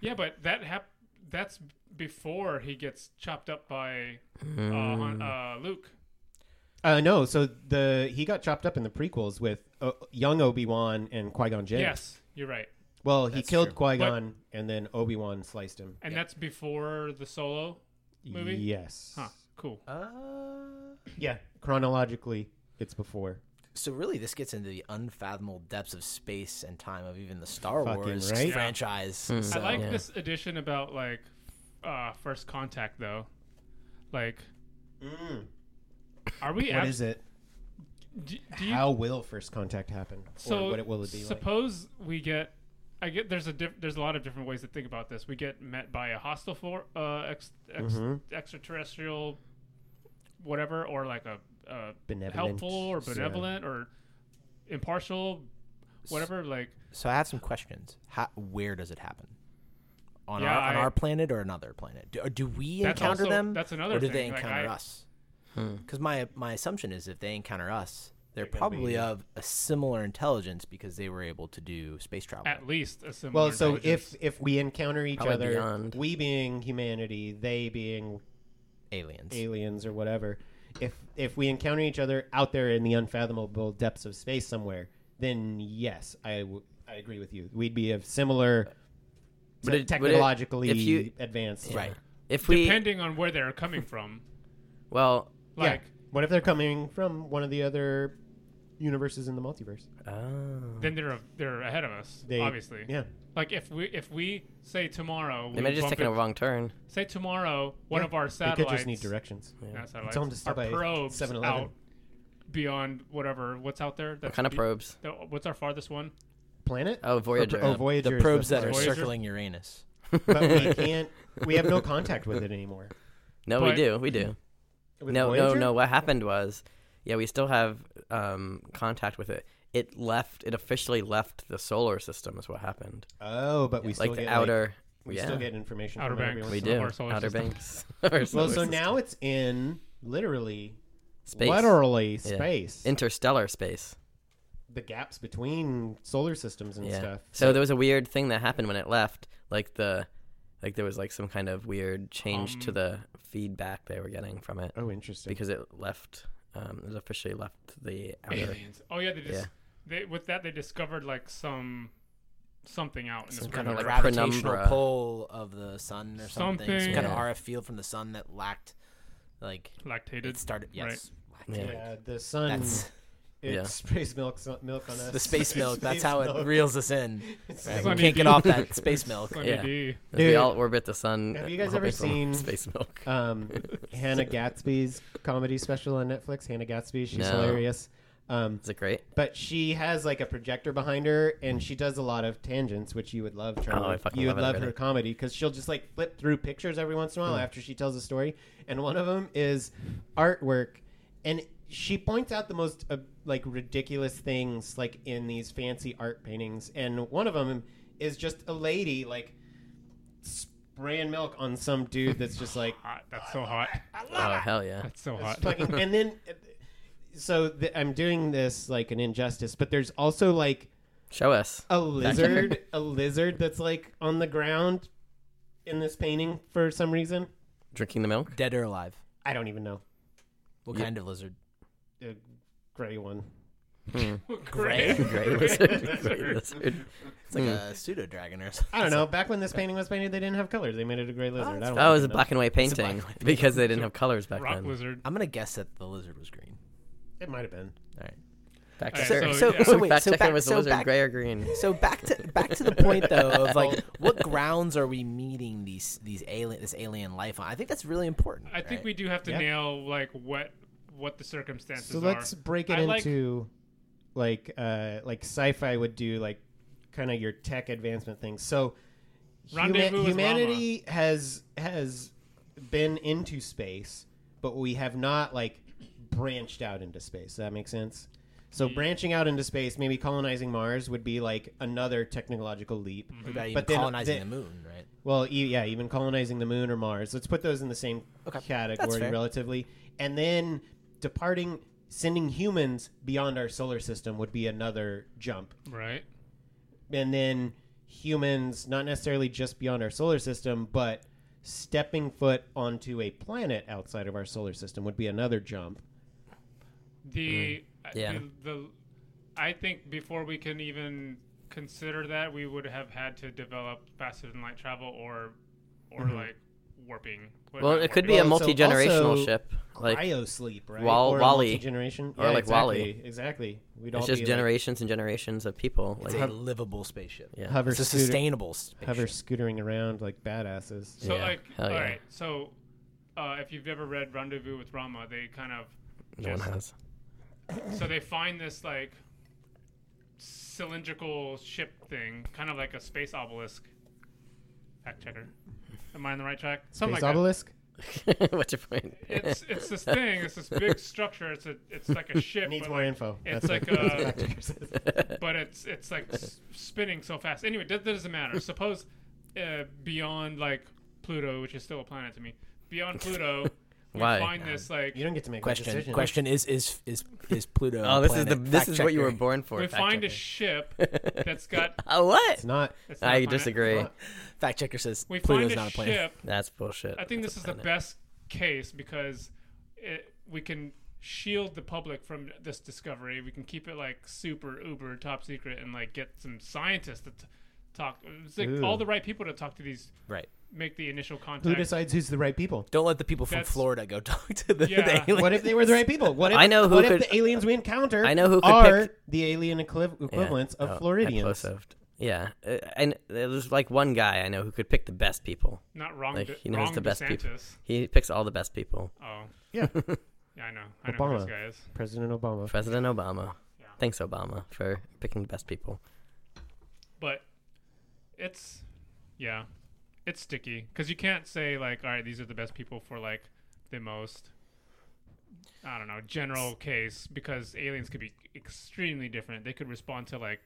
Yeah, but that hap- That's before he gets chopped up by uh, Han- uh, Luke. Uh, no, so the he got chopped up in the prequels with uh, young Obi Wan and Qui Gon Jinn. Yes, you're right. Well, he That's killed true. Qui Gon and then Obi Wan sliced him. And that's before the Solo movie. Yes. Huh. Cool. Uh, Yeah. Chronologically, it's before. so really, this gets into the unfathomable depths of space and time of even the Star Fucking Wars right. Hmm. Yeah. franchise. I So, like yeah. this edition about like uh, first contact though. Like, are we? What ab- is it? Do, do you How will first contact happen? so or what it will it be like? suppose we get I get there's a diff, there's a lot of different ways to think about this. We get met by a hostile for uh, ex, ex, Mhm. extraterrestrial whatever or like a, a Benevolent. helpful or So- benevolent or impartial whatever like so I have some questions. How, where does it happen? On, Yeah, our, on I- our planet or another planet? Do, or do we That's encounter also- them? that's another Or do they thing, like, encounter I- us? Because my my assumption is if they encounter us, they're They're gonna be- probably of a similar intelligence because they were able to do space travel. at least a similar Well, so intelligence. if if we encounter each Probably other, beyond. we being humanity, they being aliens. Um, aliens or whatever, if if we encounter each other out there in the unfathomable depths of space somewhere, then yes, I w- I agree with you. We'd be of similar, But it- but it- technologically if you- advanced. Right. If we depending on where they're coming from well, like yeah. What if they're coming from one of the other universes in the multiverse? oh. then they're they're ahead of us They, obviously Yeah. like if we if we say tomorrow they we may have just bump taken a in- wrong turn. say tomorrow one Yeah. of our They satellites could just need directions. not satellites, Tell 'em to stop our by probes 7-Eleven. out beyond whatever what's out there What That's kind of be- probes? the- what's our farthest one Planet? Oh, Voyager. Oh, Voyager. the is probes that are Voyager. circling Uranus. but we can't. We have no contact with it anymore. no, we but- do. We do. With No, no, Voyager? no. What happened was, yeah, we still have um, contact with it. It left. It officially left the solar system. Is what happened. Oh, but we still like the get like, outer. we yeah, still get information. Outer from it every Banks. once we in a while. do. Our solar outer system. banks. Our Well, solar so system. now it's in literally, space, literally Yeah. space. interstellar space. the gaps between solar systems and yeah. stuff. So there was a weird thing that happened when it left. Like the, like there was like some kind of weird change to Um, the feedback they were getting from it Oh, interesting. because it left. Um, it officially left the outer. aliens oh yeah they just Yeah. they with that they discovered like some something out in Some the kind of, perimeter. like, gravitational penumbra. pull of the sun or something. Some Something. kind of Yeah. RF field from the sun that lacked, like lactated it started. right. Yes, Yeah. lactated. yeah, the sun That's is It Yeah. sprays milk so- milk on us. The space milk. That's Space how it milk. reels us in. It's Right, like- we Sunny can't get D. off that space milk. Sunny Yeah. D. As we Dude. all orbit the sun. uh, Have you guys hoping ever for more seen- space milk? um, Hannah Gatsby's comedy special on Netflix. Hannah Gatsby, she's No. hilarious. Um, Is it great? but she has like a projector behind her, and she does a lot of tangents, which you would love. Charlie. Oh, I fucking you love would it Hmm. love her already. comedy because she'll just like flip through pictures every once in a while after she tells a story, and one of them is artwork, and she points out the most uh, like ridiculous things like in these fancy art paintings, and one of them is just a lady like spraying milk on some dude that's just like Hot. That's so hot. Oh hell yeah! That's so it's hot. fucking- and then, uh, so th- I'm doing this like an injustice, but there's also like Show us. a lizard, a lizard that's like on the ground in this painting for some reason. Drinking the milk. Dead or alive? I don't even know. What Yeah. kind of lizard? A gray one. Gray. Gray lizard. Gray lizard. It's Hmm. like a pseudo dragon or something. I don't know. Back when this painting was painted, they didn't have colors. They made it a gray lizard. I don't Oh, it was a fucking know. black and white a black painting and white painting. because they didn't have colors back Rock then. lizard. I'm gonna guess that the lizard was green. It might have been. All right. Back Alright, then. so- so- so wait, fact so checking back- was the so lizard back- gray or green? So back to back to the point though of like what grounds are we meeting these these alien this alien life on? I think that's really important. I think right? we do have to Yeah. nail like what what the circumstances So are. let's break it I like- into like uh like sci-fi would do like kind of your tech advancement things. So huma- Rendezvous with humanity has has been into space, but we have not like branched out into space. Does that make sense? Hmm. So branching out into space, maybe colonizing Mars would be like another technological leap. What about even But then- colonizing then- the moon, right? Well, e- yeah, even colonizing the moon or Mars. Let's put those in the same Okay, that's category fair. relatively. And then departing, sending humans beyond our solar system would be another jump. right. And then humans, not necessarily just beyond our solar system, but stepping foot onto a planet outside of our solar system would be another jump. Mm. The uh, Yeah. the, the I think before we can even consider that, we would have had to develop faster than light travel or or Mm-hmm. like warping. What Well, not it could be warping? a Well, so multi generational also- ship. Like Cryo sleep, right? Wall- or Wall-E. generation, Or like exactly, Wall-E. Exactly. We'd all it's just be generations and generations of people. It's Like a livable spaceship. yeah. like hover, It's a scooter- sustainable spaceship. hover scootering around like badasses. So Yeah, like, hell all yeah. right. So uh, if you've ever read Rendezvous with Rama, they kind of No one just- has. so they find this like cylindrical ship thing, kind of like a space obelisk. Fact checker, am I on the right track? Space Something like that. obelisk. What's your point? It's it's this thing. It's this big structure. It's a it's like a ship. Needs but, more like, info. It's That's like uh, what- that's a what Dr. says. but it's it's like s- spinning so fast. Anyway, that, that doesn't matter. Suppose uh, beyond like Pluto, which is still a planet to me, beyond Pluto, we Why? find this like You don't get to make a Question. decision. Question is is is is Pluto? oh, a this is the planet? this Fact is what you checker. were born for. we fact find a checker. ship that's got. Oh, what? It's not. It's not a I planet. disagree. What? Fact checker says We Pluto's find a, not a planet. ship. That's bullshit. I think That's this is a the planet. best case because it, we can shield the public from this discovery. We can keep it like super uber top secret and like get some scientists to t- talk. It's like Ooh. all the right people to talk to these, Right. make the initial contact. Who decides who's the right people? Don't let the people from That's- Florida go talk to the, Yeah. the alien. What if they were the right people? What if I know who what could- if the aliens we encounter I know who could are the alien equiv- equivalents Yeah. of Oh, at Floridians. Plosift. Yeah, Uh, and there's like one guy I know who could pick the best people. Not wrong. Like De- he knows wrong the best DeSantis. people. He picks all the best people. Oh Yeah, yeah, I know. I know who this Obama. guy is. President Obama. President Obama. Yeah. Thanks, Obama, for picking the best people. But it's yeah, it's sticky because you can't say like, all right, these are the best people for like the most. I don't know, general case because aliens could be extremely different. They could respond to like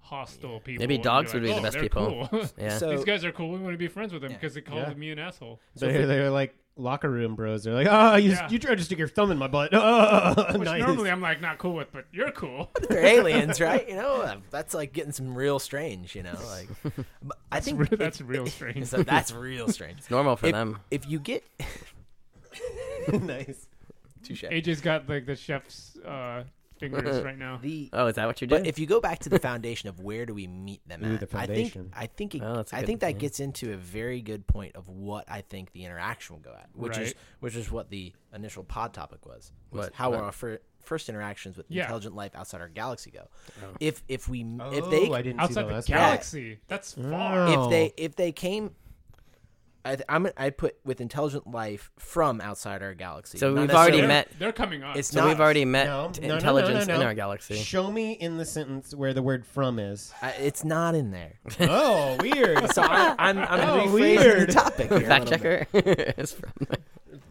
hostile people. Maybe and dogs like, would be the "Oh, best they're people." Cool. Yeah. So- These guys are cool. We want to be friends with them Yeah. because they called Yeah. me an asshole. So they're, they're like locker room bros. They're like, oh, you, Yeah. you tried to stick your thumb in my butt. Oh, Which nice. normally I'm like not cool with, but you're cool. They're aliens, right? You know, uh, that's like getting some real strange. You know, like but I think re- that's real strange. So that's real strange. It's normal for if, them. if you get nice. touche, AJ's got like the chef's uh, fingers right now. The Oh, is that what you did? But if you go back to the foundation of where do we meet them Ooh, at, the foundation. I think I think it, Oh, that's a I good think that point. gets into a very good point of what I think the interaction will go at, which is Right. which is what the initial pod topic was, was What- how what? our fir- first interactions with Yeah. intelligent life outside our galaxy go. If if we Oh, if they I didn't see Outside the the last galaxy. That's far. Oh. if they if they came. I th- I'm, I put with intelligent life from outside our galaxy. So not we've already necessarily- They're, met- they're coming up. It's so not- we've already met No, t- no, no, no, intelligence no, no. in our galaxy. Show me in the sentence where the word "from" is. I, it's not in there. oh, weird. So I, I'm I'm Oh, rephrasing weird. the topic. Here a little Fact bit. checker is from.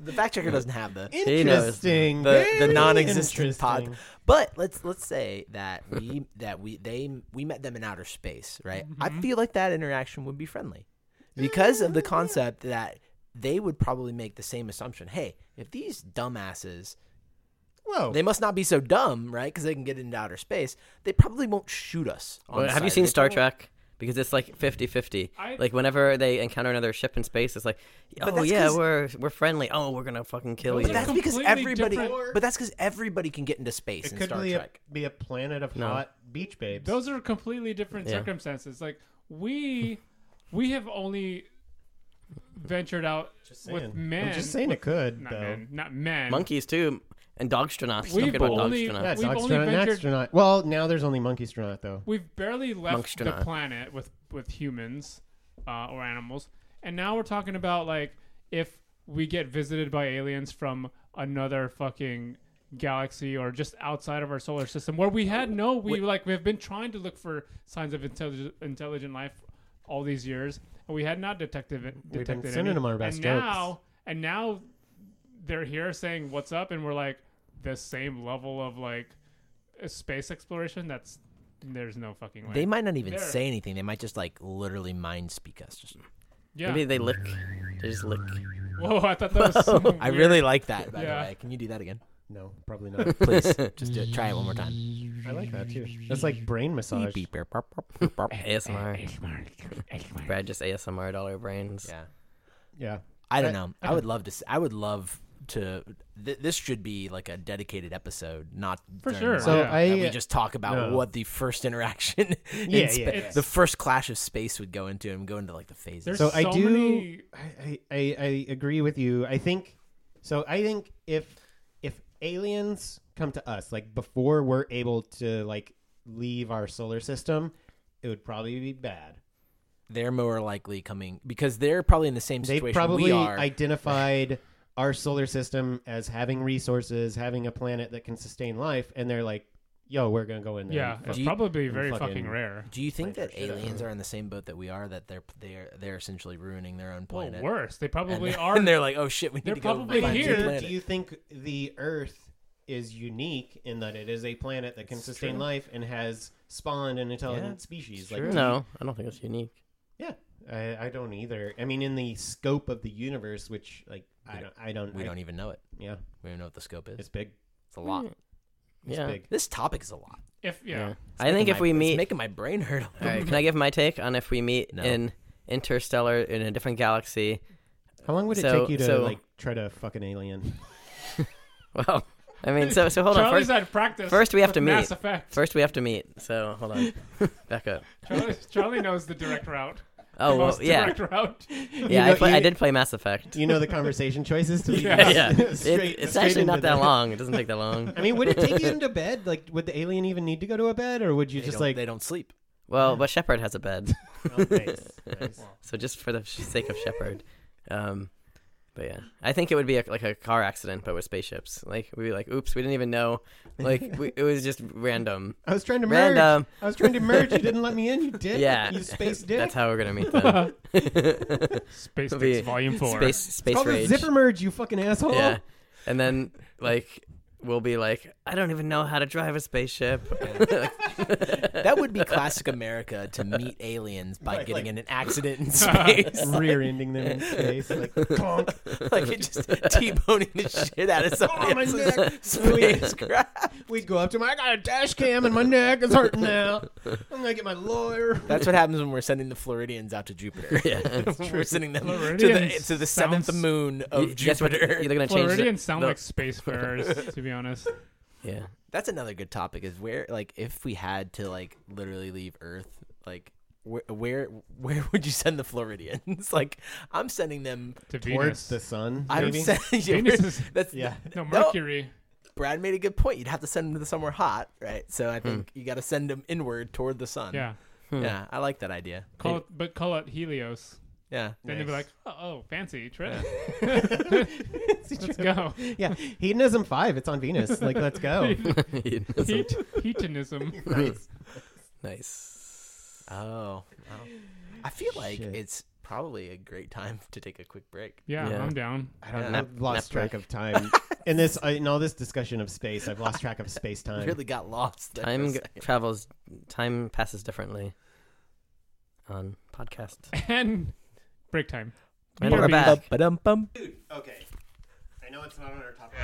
The fact checker doesn't have the He knows. Interesting. the, the Very non-existent pod. interesting. But let's let's say that we that we they we met them in outer space, right? Mm-hmm. I feel like that interaction would be friendly because of the concept that they would probably make the same assumption. Hey, if these dumbasses, Whoa. they must not be so dumb, right? Because they can get into outer space. They probably won't shoot us. On Well, the have you side. seen They Star probably- Trek? Because it's like 50-50. I- like whenever they encounter another ship in space, it's like, oh that's yeah, 'cause- we're we're friendly. Oh, we're gonna fucking kill Those you. But that's are because completely everybody. different- But that's because everybody can get into space it in could Star be a, Trek. be a planet of No. hot beach babes. Those are completely different Yeah. circumstances. Like we, we have only ventured out with Man. men. I'm just saying it could, not though. men, not men. Monkeys too, and dogstronauts. Don't We've forget about only- dogstronauts. Yeah, We've dog only astronaut and ventured- astronaut. Well, now there's only monkey astronaut, though. We've barely left the Monkstronaut. planet with with humans uh, or animals, and now we're talking about like if we get visited by aliens from another fucking galaxy or just outside of our solar system where we had no we like we have been trying to look for signs of intelligent intelligent life all these years and we had not detected it been detected sending any. them our best and jokes. now and now they're here saying what's up and we're like the same level of like space exploration that's there's no fucking way They might not even There. say anything. They might just like literally mind speak us. Just Yeah. Maybe they lick. They just lick. Whoa, I thought that was. So I weird. really like that. By Yeah. the way, can you do that again, No, probably not. please? just do it. try it one more time. I like that too. That's like brain massage. Beep, beep, burp, burp, burp, burp. ASMR. Brad just ASMR all our brains. yeah, Yeah. I don't know. I would love to. s- I would love to. Th- this should be like a dedicated episode, not For during sure. the So lineup, that we I- just talk about No. what the first interaction, in Yeah, yeah, spa- yeah. the first clash of space would go into, and go into like the phases. There's So so, I do- Many, I, I, I I agree with you. I think so. I think if if aliens come to us, like before we're able to like leave our solar system, it would probably be bad. They're more likely coming because they're probably in the same They situation probably we are. identified our solar system as having resources, having a planet that can sustain life, and they're like, "Yo, we're gonna go in there." yeah, and it's Do you- probably very fucking- fucking, rare. Do you think Planet that for sure. aliens are in the same boat that we are? That they're they're they're essentially ruining their own Well, planet. worse, they and, probably they're- are. and they're like, oh shit, we need They're to go probably find a new here. Do, planet. do you think the Earth is unique in that it is a planet that can sustain life and has spawned an intelligent Yeah, species? it's Like, true. do No, I don't think it's unique. you- yeah, I, I don't either. I mean, in the scope of the universe, which like I don't, I don't, we I- don't even know it. Yeah, We don't know what the scope is. it's It's, big. a lot. It's yeah. big. This topic is a lot. if yeah, Yeah. I think if My- we it's meet, making my brain hurt. all right, can I give my take on if we meet No. in interstellar in a different galaxy? How long would it So- take you to so- like try to fuck an alien? Well, I mean, so so hold on. Charlie's First, had practice. first we have with to meet. Mass Effect. first we have to meet. So hold on, back up. Charlie, Charlie knows the direct route. Oh the well, most yeah, direct route. yeah. I, know- play, you- I did play Mass Effect. Do you know the conversation choices to lead Yeah. us Yeah, It- straight- it's straight actually into not that the- long. It doesn't take that long. I mean, would it take you into bed? Like, would the alien even need to go to a bed, or would you They just don't- like? they don't sleep. Well, but Shepard has a bed, Oh, nice, nice. so just for the sake of Shepard, um, but yeah, I think it would be a, like a car accident, but with spaceships. Like we'd be like, oops, we didn't even know. Like we, it was just random. I was trying to merge. Random. I was trying to merge. You didn't let me in. You did. Yeah, You space dick. That's how we're gonna meet them. Space It'll be Dicks Volume Four. Space, space Call rage. this zipper merge, you fucking asshole. Yeah, and then like we'll be like, I don't even know how to drive a spaceship. That would be classic America to meet aliens by Right, getting like- in an accident in space. Rear ending them in space. Like, clonk. like it just T-boning the shit out of somebody Oh, my else's neck. spacecraft. We'd go up to him. I got a dash cam and my neck is hurting now. I'm going to get my lawyer. That's what happens when we're sending the Floridians out to Jupiter. Yeah, that's we're sending them to the Floridians to the seventh sounds- moon of You- guess what? Jupiter. They're gonna change. the- Floridians sound the- like spacefarers, to be honest. Yeah. That's another good topic is where like if we had to like literally leave Earth, like where where, where would you send the Floridians? like I'm sending them to Venus. towards the sun. I'm Maybe. sending yeah, Venus we're- is- that's Yeah. no, No. Mercury. Brad made a good point. You'd have to send them to somewhere hot, right? So I think you got to send them inward toward the sun. Yeah. Yeah, I like that idea. Call it, but call it Helios. Yeah. Then they'd be Nice. like, oh, oh fancy trip. Let's Let's go. Yeah, hedonism five. It's on Venus. Like, let's go. Heat, hedonism. nice. nice. Oh. I feel like Shit. it's probably a great time to take a quick break. Yeah, Yeah. I'm down. I don't Yeah. know. Nap- I've lost nap break. track of time. In this, I- in all this discussion of space, I've lost track of space I time. really got lost. there for a Time g- second. travels. Time passes differently on podcast. And break time. And Yeah, we're because- back. Ba-dum-bum. Okay. I know it's not on our topic.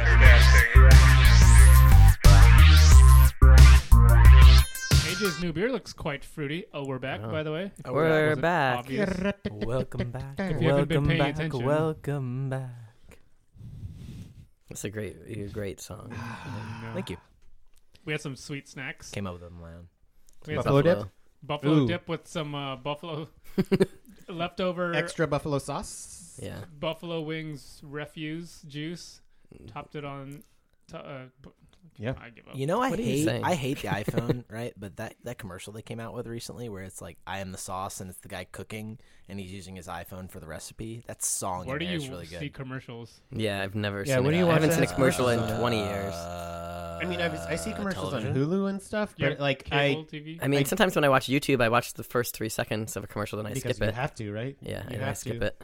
AJ's new beer looks quite fruity. Oh, we're back, by the way. Oh, We're Wasn't back. obvious. Welcome back. you haven't been Welcome paying back. attention. Welcome back. It's a great, a great song. No. Thank you. We had some sweet snacks. Came up with them loud. We had some Buffalo dip? buffalo Ooh. dip with some uh, buffalo leftover Extra buffalo sauce. Yeah. buffalo wings refuse juice. Topped it on. To, uh, bu- Mm. Yeah. I give up. You know, I What are you hate saying? I hate the iPhone, right? But that that commercial they came out with recently, where it's like I am the sauce, and it's the guy cooking, and he's using his iPhone for the recipe. That song Where in do there you is really see good. commercials? Yeah, I've never Yeah, seen it. what do you I watch haven't that seen a as commercial in commercial? 20 years. I mean, I've, I see commercials on Uh, television? Hulu and stuff, Yeah, but like cable I TV. I mean, I- sometimes when I watch YouTube, I watch the first three seconds of a commercial, then I because skip you it. have to, right? yeah, you and I have skip to. it.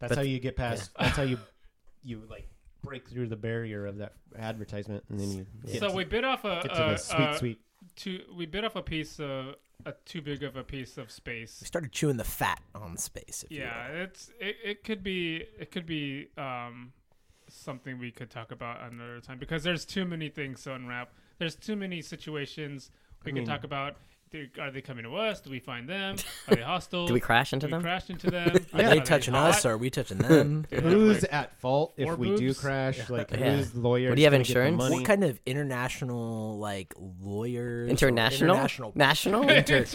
That's But- how you get past. That's how you you like break through the barrier of that advertisement, and then you get so to, we uh, bit off a, get to a, the sweet, a- sweet. two, we bit off a piece of a too big of a piece of space. We started chewing the fat on space. If Yeah, you it's it, it could be it could be um something we could talk about another time because there's too many things to unwrap. There's too many situations we can Hmm. mean- talk about. Do- Are they coming to us? Do we find them? Are they hostile? Do we crash into Do we them? crash into them? will. are Are they touching hot? us or are we touching them? Yeah, Who's like, at fault if Or we do boobs. crash? Like Yeah. who's lawyer? What, do you have gonna get the insurance? money? what kind of international like lawyers? or International? international National? It's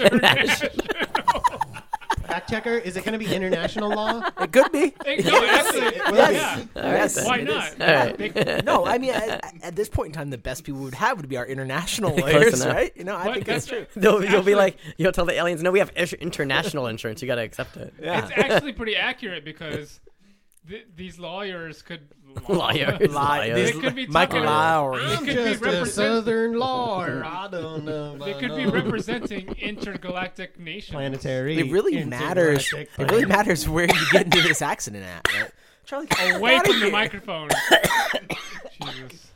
fact checker? Is it going to be international law? It could be. No, actually, It will yeah. All right, then. Why it not? All right. They- No, I mean, at, at this point in time, the best people we would have would be our international Close lawyers, enough. right? You know, I What? think that's true. They'll, you'll actually- be like, you'll tell the aliens, no, we have inter- international insurance. You got to accept it. It's actually pretty accurate because th- these lawyers could Liars. They Liars. could be Michael talking- Lowry. It I'm could be just a represent- southern lawyer. I don't know. They about could be no representing intergalactic nations. planetary. It really matters. It intergalactic really matters where you get into this accident at. Right? Charlie, get Away outta from the here. microphone. Jesus.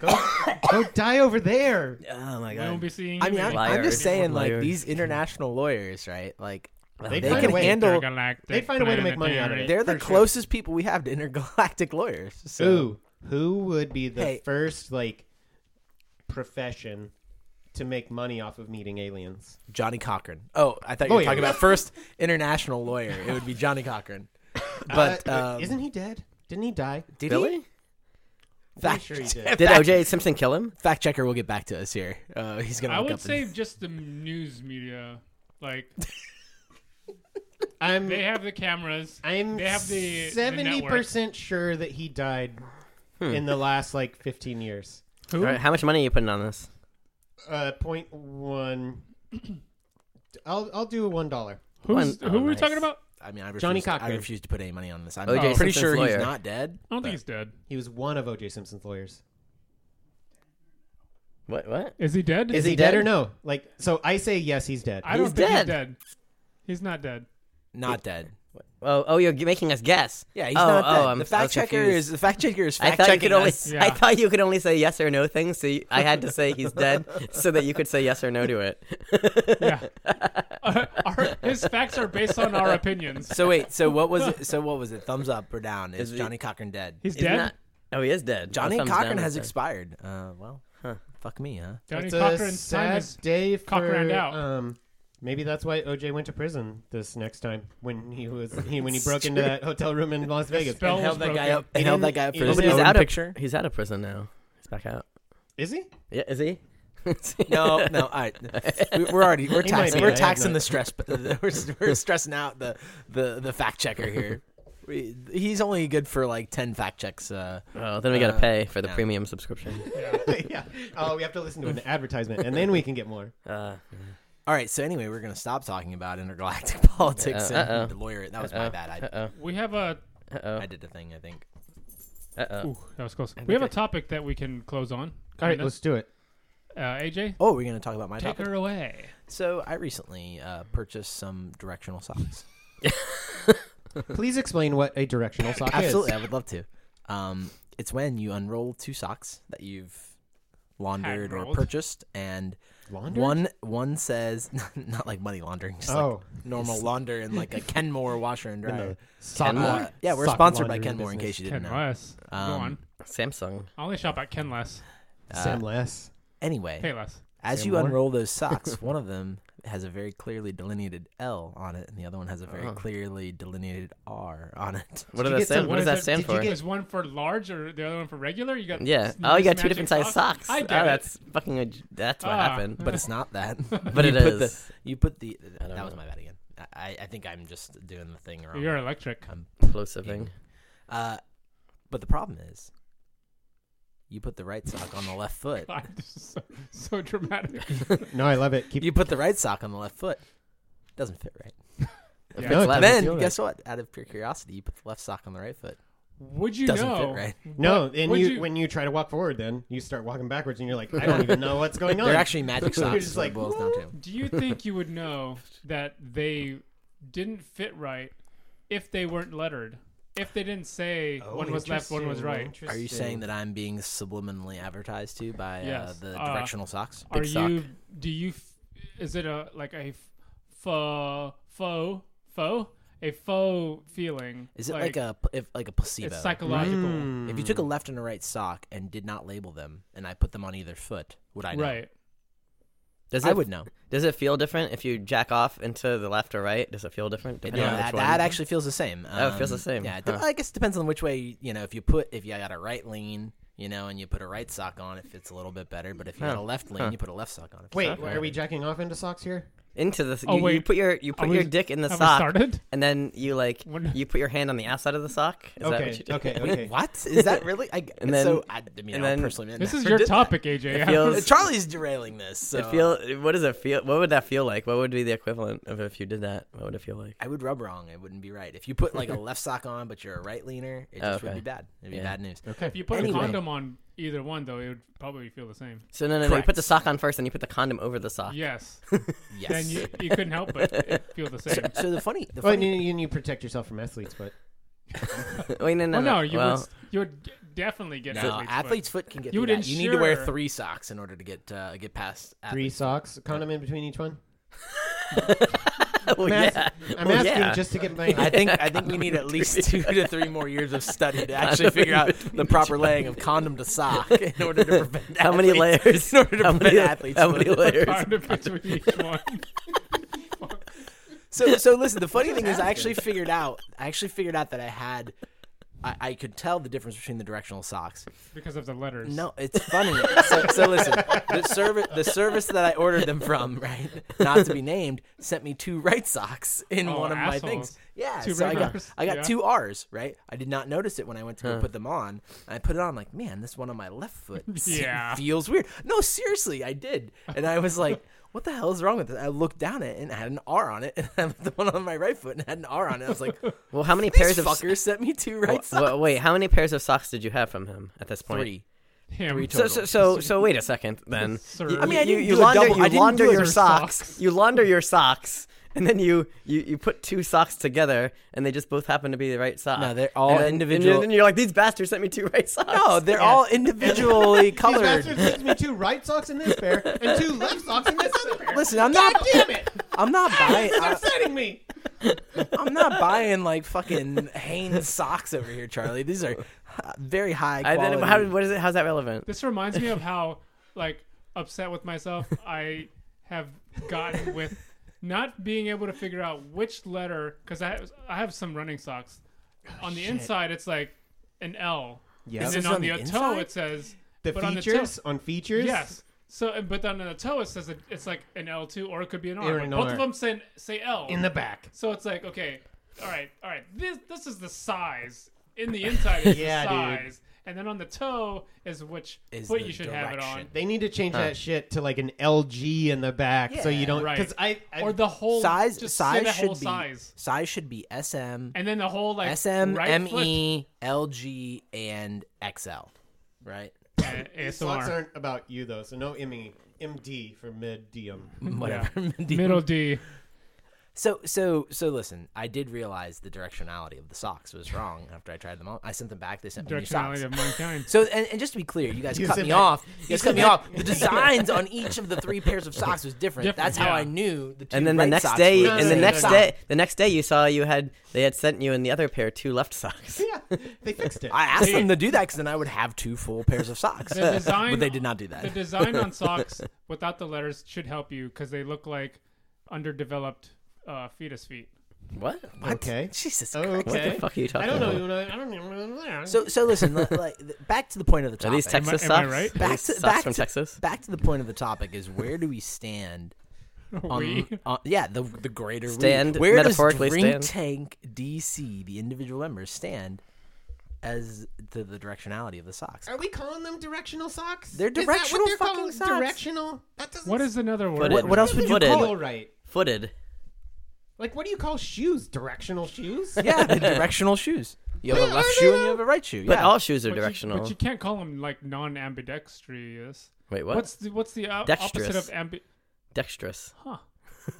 Go Oh, die over there. Oh my We won't god. be seeing I mean, you I'm, anymore. I'm just Liars. saying, like Liars. these international lawyers, right? Like they, find can a way. handle. Intergalactic They'd find a way to make money out of planetary. it. They're the For sure. closest people we have to intergalactic lawyers. So. Ooh, who would be the Hey. first like profession to make money off of meeting aliens? Johnny Cochran. Oh, I thought you were Lawyer. talking about first international lawyer. It would be Johnny Cochran. But Uh, um, isn't he dead? Didn't he die? did he? Really? Fact, sure he did. Did fact, OJ Simpson kill him? fact checker will get back to us here. Uh, he's gonna. I look would up say and- just the news media. Like I'm they have the cameras. I'm they have the- the seventy percent sure that he died in the last like fifteen years. Who? All right, how much money are you putting on this? Uh, point one. I'll I'll do one dollar. Who's, One- who oh, are we nice. talking about? I mean, I refuse, Johnny I Cochran. refuse to put any money on this. I'm OJ pretty Simpson's sure he's lawyer. not dead. I don't think he's dead. He was one of O.J. Simpson's lawyers. What? What? Is he dead? Is he dead, or no? Like, so I say yes, he's dead. I don't He's think dead. he's dead. He's not dead. Not dead. Oh, oh, you're making us guess. Yeah, he's oh, not dead. Oh, I'm, the I fact was checker confused. is the fact checker is I fact thought you could checking only. us. Yeah. I thought you could only say yes or no things, so you, I had to say he's dead, so that you could say yes or no to it. Yeah. Uh, our, his facts are based on our opinions. So wait, so what was it? So what was it? Thumbs up or down? Is, Is he- Johnny Cochran dead? He's He's dead. not- oh, he is dead. Johnny Oh, thumbs down Cochran is has dead. expired. Uh, well, fuck me, huh? Johnny It's a Cochran's time sad is day Cochraned for out. um. Maybe that's why OJ went to prison this next time when he was he when he broke into that hotel room in Las Vegas. spell was Held that guy broken. up. Held that didn't- guy up he for Oh, his but he's own out of picture. He's out of prison now. He's back out. Is he? Yeah, is he? No, no, I. we- We're already we're He might taxing be, I we're have taxing no- the stress. but We're, we're stressing out the the the fact checker here. We, he's only good for like ten fact checks. Uh, Oh, then we gotta Uh, pay for the no. premium subscription. yeah. Oh, we have to listen to an advertisement, and then we can get more. Uh, all right, so anyway, we're gonna stop talking about intergalactic politics Uh, uh-oh. and the lawyer. That was my uh bad. oh. We have a Uh oh. I, I did a thing. I think. Uh oh. ooh, that was close. We have a topic that we can close on. All right, kinda. let's do it. uh, AJ, Oh, we're gonna talk about my take topic. her away. So I recently uh, purchased some directional socks. Please explain what a directional sock Absolutely, is. I would love to. Um, it's when you unroll two socks that you've laundered or Hand-rolled. purchased, and Laundered? one one says not like money laundering, just Oh. like normal launder and like a Kenmore washer and dryer. Sock Uh, laun- yeah, we're sock sponsored by laundering Kenmore in business. case you didn't Ken know. Less. Go Um, on. Samsung. I only shop at Ken Less. uh, Sam Less. Anyway, Pay less. as Sam you Moore? unroll those socks, one of them has a very clearly delineated L on it, and the other one has a very clearly delineated R on it. What, does you that get stand, some- what What does that is stand did you for? get- Is one for large or the other one for regular? You got Yeah. s- Oh, you got two mismatching different sized socks. I get oh, it. that's fucking. A, that's what Ah. happened. But it's not that. But you it Put the, is. you put the. don't That was know. my bad again. I, I think I'm just doing the thing wrong. You're electric. Explosive thing. Uh, but the problem is, you put the right sock on the left foot. God, this is so, so dramatic. No, I love it. Keep You put the right sock on the left foot. Doesn't fit right. Yeah. Fix No, it left. doesn't then feel right. guess what? Out of pure curiosity, you put the left sock on the right foot. Would you Doesn't know? fit right. No, and would you, you- when you try to walk forward, then you start walking backwards, and you're like, I don't even know what's going on. They're actually magic You're socks. just is what it like, boils down to. Do you think you would know that they didn't fit right if they weren't lettered? If they didn't say Oh, one was left, one was interesting, right. Are you interesting. saying that I'm being subliminally advertised to by uh, Yes. the Uh, directional socks? Are Big sock. you? Do you? f- Is it a like a f- faux faux faux a faux feeling? Is it like, a if, like a placebo? it's psychological? Mm. Mm. If you took a left and a right sock and did not label them, and I put them on either foot, would I know? Right. Does I it, would know. Does it feel different if you jack off into the left or right? Does it feel different? Yeah, depending on that, which that one? actually feels the same. Oh, it feels the Um, same. Yeah, it de- Huh. I guess it depends on which way you know. If you put if you got a right lean, you know, and you put a right sock on, it fits a little bit better. But if you got a Huh. left lean, you put a left sock on. It Wait, fits better. are we jacking off into socks here? into the. Oh, you, you wait. put your you put we- your dick in the have we sock, started? and then you like When- you put your hand on the outside of the sock. Is that what Okay, you do? okay, okay. What is that really? I, And then- so I, I mean, and I then- personally, This is never your did that. topic, AJ. feels- Charlie's derailing this. So It feel. What does it feel? What would that feel like? What would be the equivalent of if you did that? What would it feel like? I would rub wrong. It wouldn't be right. If you put like a left sock on, but you're a right leaner, it just would Okay. be bad. It'd be Yeah. bad news. Okay. If you put Anyway. a condom on either one, though, it would probably feel the same. So no, no, no. You Correct. put the sock on first, and you put the condom over the sock. Yes. Yes. then you, you couldn't help but it feel the same. Oh, so the funny, the Well, and funny you, and you protect yourself from athletes, but Wait, no, no, Well, no, you Well, would you would g- definitely get No, athlete's, athlete's foot can get You you, would that. you need to wear ensure- three socks in order to get uh, get past three athlete's socks, condom in between each one. well, I'm, ask- yeah. I'm Well, asking yeah. just to get my. I think I think we need at least two to three more years of study to actually figure out the proper laying of condom to sock in order to prevent How many athletes- layers? in order to how prevent many, athletes. How from- many layers? Condom between each one. So so listen, the funny thing is I actually figured out I actually figured out that I had I, I could tell the difference between the directional socks. Because of the letters. No, it's funny. so, so listen, the service the service that I ordered them from, right, not to be named, sent me two right socks in Oh, one of my assholes. things. Yeah, Two so I right got socks. I got Yeah. two R's, right? I did not notice it when I went to go put them on. And I put it on like, man, this one on my left foot Yeah. feels weird. No, seriously, I did, and I was like. What the hell is wrong with it? I looked down at it and it had an R on it, and I put the one on my right foot and it had an R on it. I was like, Well, how many "These pairs of s- fuckers sent me two right Well, socks." well, wait, how many pairs of socks did you have from him at this point? Three. Him. So, so, so, so wait a second then. Sir. You- I mean, I you, didn't you do a launder, double- I you didn't launder do a your double socks, socks. You launder your socks, and then you, you you put two socks together, and they just both happen to be the right sock. No, they're all and then, And individual- you're, then you're like, these bastards sent me two right socks. No, they're all individually These colored. bastards gives me two right socks in this pair and two left socks in this other pair. Listen, I'm God not. damn it! I'm not buying. This is I, upsetting me. I'm not buying like fucking Hanes socks over here, Charlie. These are h- very high And quality. then how, what is it? How's that relevant? This reminds me of how like upset with myself I have gotten with not being able to figure out which letter because I have, I have some running socks. on the inside, it's like an L, Yeah. and This then is on on the, the toe inside? it says the But on the features on, features. Yes. So, and- but then on the toe it says it, it's like an L two or it could be an R. Or but an both R. of them say say L. in the back. so it's like okay, all right, all right. This this is the size in the inside. Is Yeah, the dude. size. And then on the toe is which Is foot the you should have it direction. on, They need to change that shit to like an LG in the back, so Yeah. you don't. Right. Because I, I or the whole size Just say size the should whole be size, size should be SM and then the whole like S M right M foot- E L G and XL, right? Yeah, These slots ASMR. aren't about you though, so no ME, MD for mid DM. Whatever. Middle D. So so so listen, I did realize the directionality of the socks was wrong after I tried them on. I sent them back. They sent me new socks. Directionality of mankind. So and, and just to be clear, you guys You cut said me that- off. You guys cut me said that- off. The designs on each of the three pairs of socks was different. Different, That's how yeah. I knew the two And then the right next socks day, were and the same next sock. day, the next day, you saw you had they had sent you in the other pair two left socks. Yeah, they fixed it. I asked them to do that because then I would have two full pairs of socks. The design- but they did not do the that. design on socks without the letters should help you because they look like underdeveloped uh, fetus feet. What? What? Okay. Jesus Oh, Christ. What okay. the fuck are you I talking don't know. about? you know, I don't know. So so listen, li- like th- back to the point of the Are topic. these Texas Am I- am I socks? right? Are Back these to- socks back from to- Texas. back to the point of the topic is where do we stand on, We? on- yeah the the greater we. Stand, where metaphorically does Drink stand. Tank DC the individual members stand as to the directionality of the socks? Are we calling them directional socks? They're Is that directional what they're fucking calling socks. Directional. That doesn't. What is another word? What- what else Doesn't would you call feel it? right? Footed. Like, what do you call shoes? Directional shoes? Yeah, the directional shoes. You have a Where left are shoe and they? you have a right shoe. But yeah. all shoes are But you- directional. but you can't call them like non-ambidextrous. Wait, what? What's the what's the uh, opposite of Dexterous. ambi? Dexterous. Huh?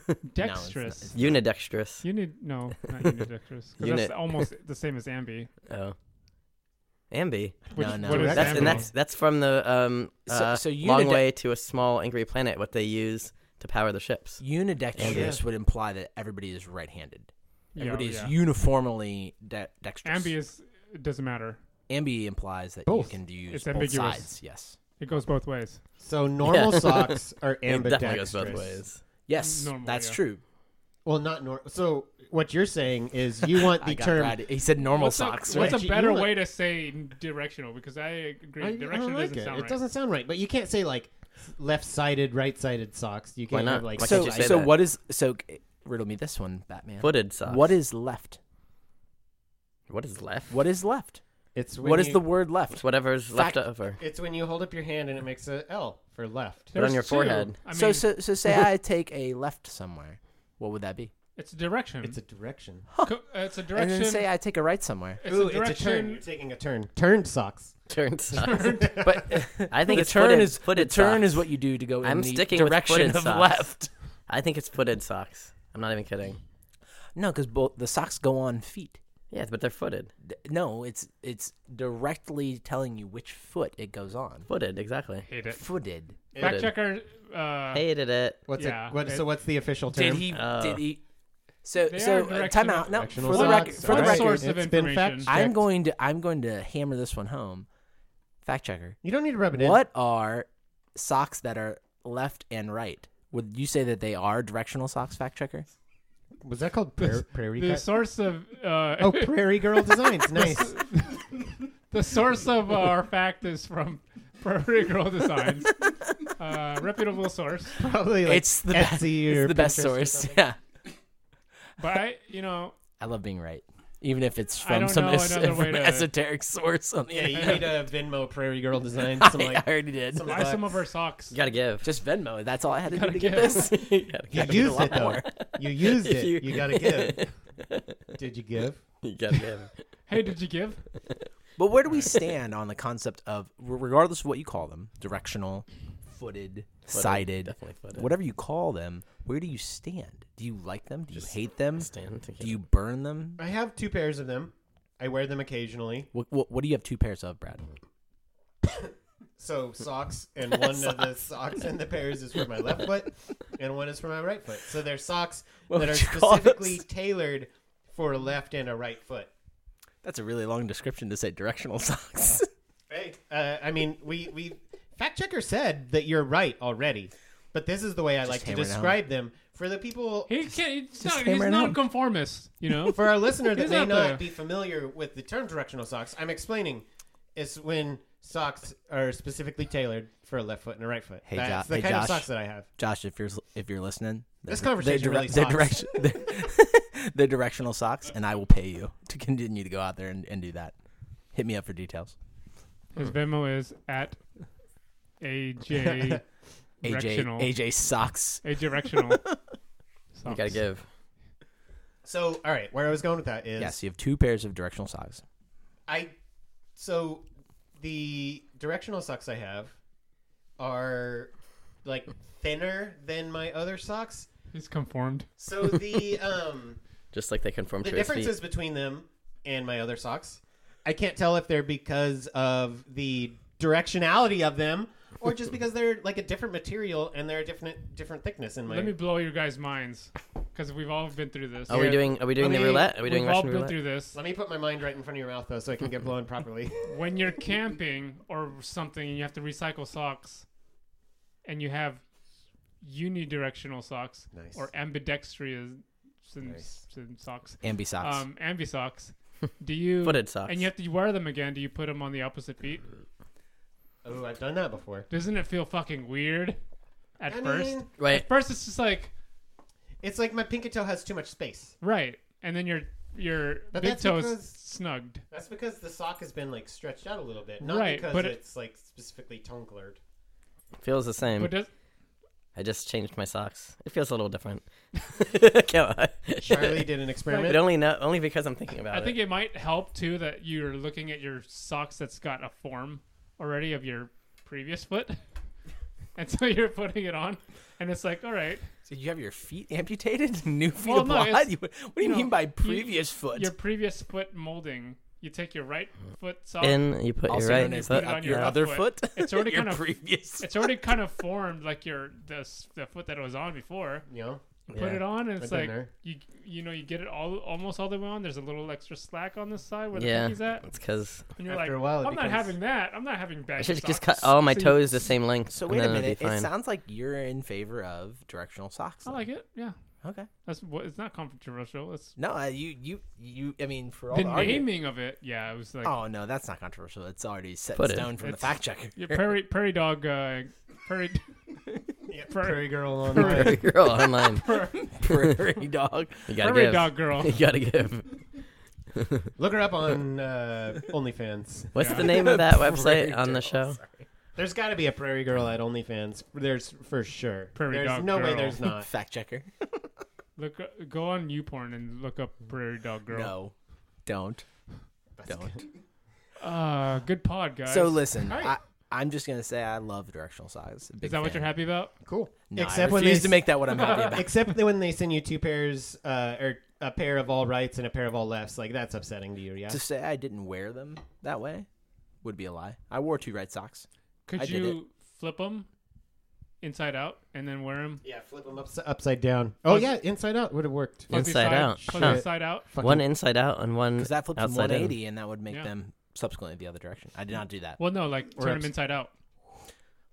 not. Dexterous. Unidextrous. you need no, not unidextrous. 'cause Unit. That's almost the same as ambi. Oh. Ambi. Which, No, no. What is That's ambi? and that's that's from the um So- uh, so unide- long way to a small angry planet. What they use to power the ships. Unidextrous would imply that everybody is right-handed. Yeah, oh, Everybody is yeah. uniformly de- dexterous. Ambi is it doesn't matter. Ambi implies that Both. you can use It's both ambiguous. sides. Yes. It goes both ways. So normal Yeah. socks are It ambidextrous. definitely goes both ways. Yes, Normal, that's yeah. true. Well, not normal. So what you're saying is you want I the got term. Brad. He said normal What's a- socks. what's Wait, a you better like- way to say directional? Because I agree, I, I direction don't like doesn't it. sound it right. doesn't sound right. But you can't say like left-sided, right-sided socks. You Why can't not? have like Why can't so, you say so that? what is so? Riddle me this one, Batman. Footed socks. What is left? what is left? What is left? It's when What is you- the word left? It's whatever's Fact- left over. It's when you hold up your hand and it makes a L for left. Put it on There's your two. forehead. I mean, so, so, so say I take a left somewhere. What would that be? it's a direction. It's a direction. Co- uh, it's a And direction. then say I take a right somewhere. it's Ooh, a direction. it's a turn. You're taking a turn. Turned socks. Turn socks. But I think the it's turn footed, is footed the turn socks. is what you do to go in I'm the sticking with direction footed of socks. left. I think it's footed socks. I'm not even kidding. No, because both the socks go on feet. Yeah, but they're footed. D- No, it's it's directly telling you which foot it goes on. Footed, exactly. Hate it. Footed. Fact Footed. checker. Uh, Hated it. What's Yeah, it? What, it- so what's the official term? Did he? Oh. did he? So, They are so uh, time directional- out. No, for Directional the socks. record, for the All One right. source record, of It's been information. fact- I'm checked. going to I'm going to hammer this one home. Fact checker, You don't need to rub it in. what are socks that are left and right? Would you say that they are directional socks? Fact checker. was that called? Pra- prairie. the Cut? source of uh, Oh, Prairie Girl Designs. Nice. the source of our fact is from Prairie Girl Designs, uh, reputable source. Probably like it's the best. Etsy or It's the best Pinterest or source. something. Yeah, But I, you know, I love being right, even if it's I from don't some know es- another way to- esoteric source on the Yeah, you internet. need a Venmo Prairie Girl Designs. Some I, like I already did. some- buy some of our socks. You gotta give. Just Venmo. That's all I had to do Gotta to get give. this. you gotta used it more. though. You used it. You- You, gotta give. Did you give? You gotta give. Hey, did you give? But where do we stand on the concept of, r- regardless of what you call them, directional, footed, sided, Definitely footed. whatever you call them, where do you stand? Do you like them? Do you hate them? Stand to Do give. you burn them? I have two pairs of them. I wear them occasionally. What, what, what do you have two pairs of, Brad? So socks and one of the socks and the pairs is for my left foot, and one is for my right foot. So they're socks that would are you call those? specifically tailored for a left and a right foot. That's a really long description to say directional socks. Hey, uh, I mean, we we fact checker said that you're right already, but this is the way I like to hammer it home. describe them for the people He can't. He's not. He's hammer it home. non-conformist. You know. for our listener that He's may out not there. be familiar with the term directional socks. I'm explaining. It's when socks are specifically tailored for a left foot and a right foot. Hey, That's Jo- the hey, kind Josh. of socks that I have. Josh, if you're if you're listening, they're- This conversation they're, dire- really they're sucks. direction- they're, they're directional socks, and I will pay you to continue to go out there and, and do that. Hit me up for details. His Venmo is at AJ AJ Directional. AJ socks. A directional. You gotta give. So, all right, where I was going with that is Yes, you have two pairs of directional socks. I so the directional socks I have are like thinner than my other socks. He's conformed. So the um Just like they conform the to his feet. differences between them and my other socks, I can't tell if they're because of the directionality of them or just because they're like a different material and they're a different different thickness in my Let me blow your guys' minds because we've all been through this. Are we Yeah. doing? Are we doing Let the me- roulette? Are we doing We've all Russian been roulette? through this. let me put my mind right in front of your mouth though so I can get blown properly. When you're camping or something and you have to recycle socks and you have unidirectional socks Nice. or ambidextrous and- Nice. and socks, Ambi socks. um, ambi socks, do you. Footed socks. And you have to wear them again. Do you put them on the opposite feet? oh, I've done that before. Doesn't it feel fucking weird at I first? mean, right. At first, it's just like it's like my pinky toe has too much space. right, and then your your But big that's toes because- snugged. That's because the sock has been like stretched out a little bit, not Right, because but it- it's like specifically tongue-colored. Feels the same. But does I just changed my socks. It feels a little different. Come on. Charlie did an experiment. But only know, only because I'm thinking about I think it. it might help too that you're looking at your socks that's got a form already of your previous foot, and so you're putting it on, and it's like, all right, so you have your feet amputated, new feet Well, no, applied. it's- You- what do you you, know, mean by you- previous foot? your previous foot molding. You take your right foot sock. In you put your also right known as put foot. it the, on your your other left foot. foot. It's already your kind of- previous. it's already kind of formed like your the s- the foot that it was on before. you know, Put Yeah. it on, and I've it's been like there. you you know you get it all almost all the way on. There's a little extra slack on this side where the Yeah. pinky's at. It's because And you're After like, a while, it I'm not becomes- having that. I'm not having I baggy should socks. just cut all my So you- toes the same length. So and wait a then it'll be minute. It fine. sounds like you're in favor of directional socks. I then. like it. Yeah, Okay. that's what. It's not controversial. It's No, uh, you you you. I mean, for all the the argument- naming of it. Yeah, it was like Oh no, that's not controversial. It's already set Put in it. stone from the It's- fact checker. yeah, prairie prairie dog uh, prairie yeah, Prairie- prairie girl on Prairie- Girl online. Prairie dog. You gotta prairie give. dog girl. You gotta give. Look her up on uh, OnlyFans. What's Yeah. the name of that Prairie website on the dog, show? There's got to be a prairie girl at OnlyFans. There's for sure. Prairie there's dog no way girl. there's not. Fact checker. Look, go on YouPorn and look up prairie dog girl. No, don't, don't. Uh, good pod guys. So listen, All right. I, I'm just gonna say I love directional socks. is that what you're happy about? Cool. No, Except I when refuse they- to make that what I'm happy about. Except when they send you two pairs, uh, or a pair of all rights and a pair of all lefts. Like that's upsetting to you, yeah. to say I didn't wear them that way would be a lie. I wore two red socks. Could I did you flip them inside out and then wear them yeah, flip them ups- upside down. Oh Was- yeah, inside out would have worked. Inside out. Huh. inside out. One inside out and one Because that flips them outside in. 180, and that would make Yeah. them subsequently the other direction. I did not do that. Well, no, like Or turn ups- them inside out.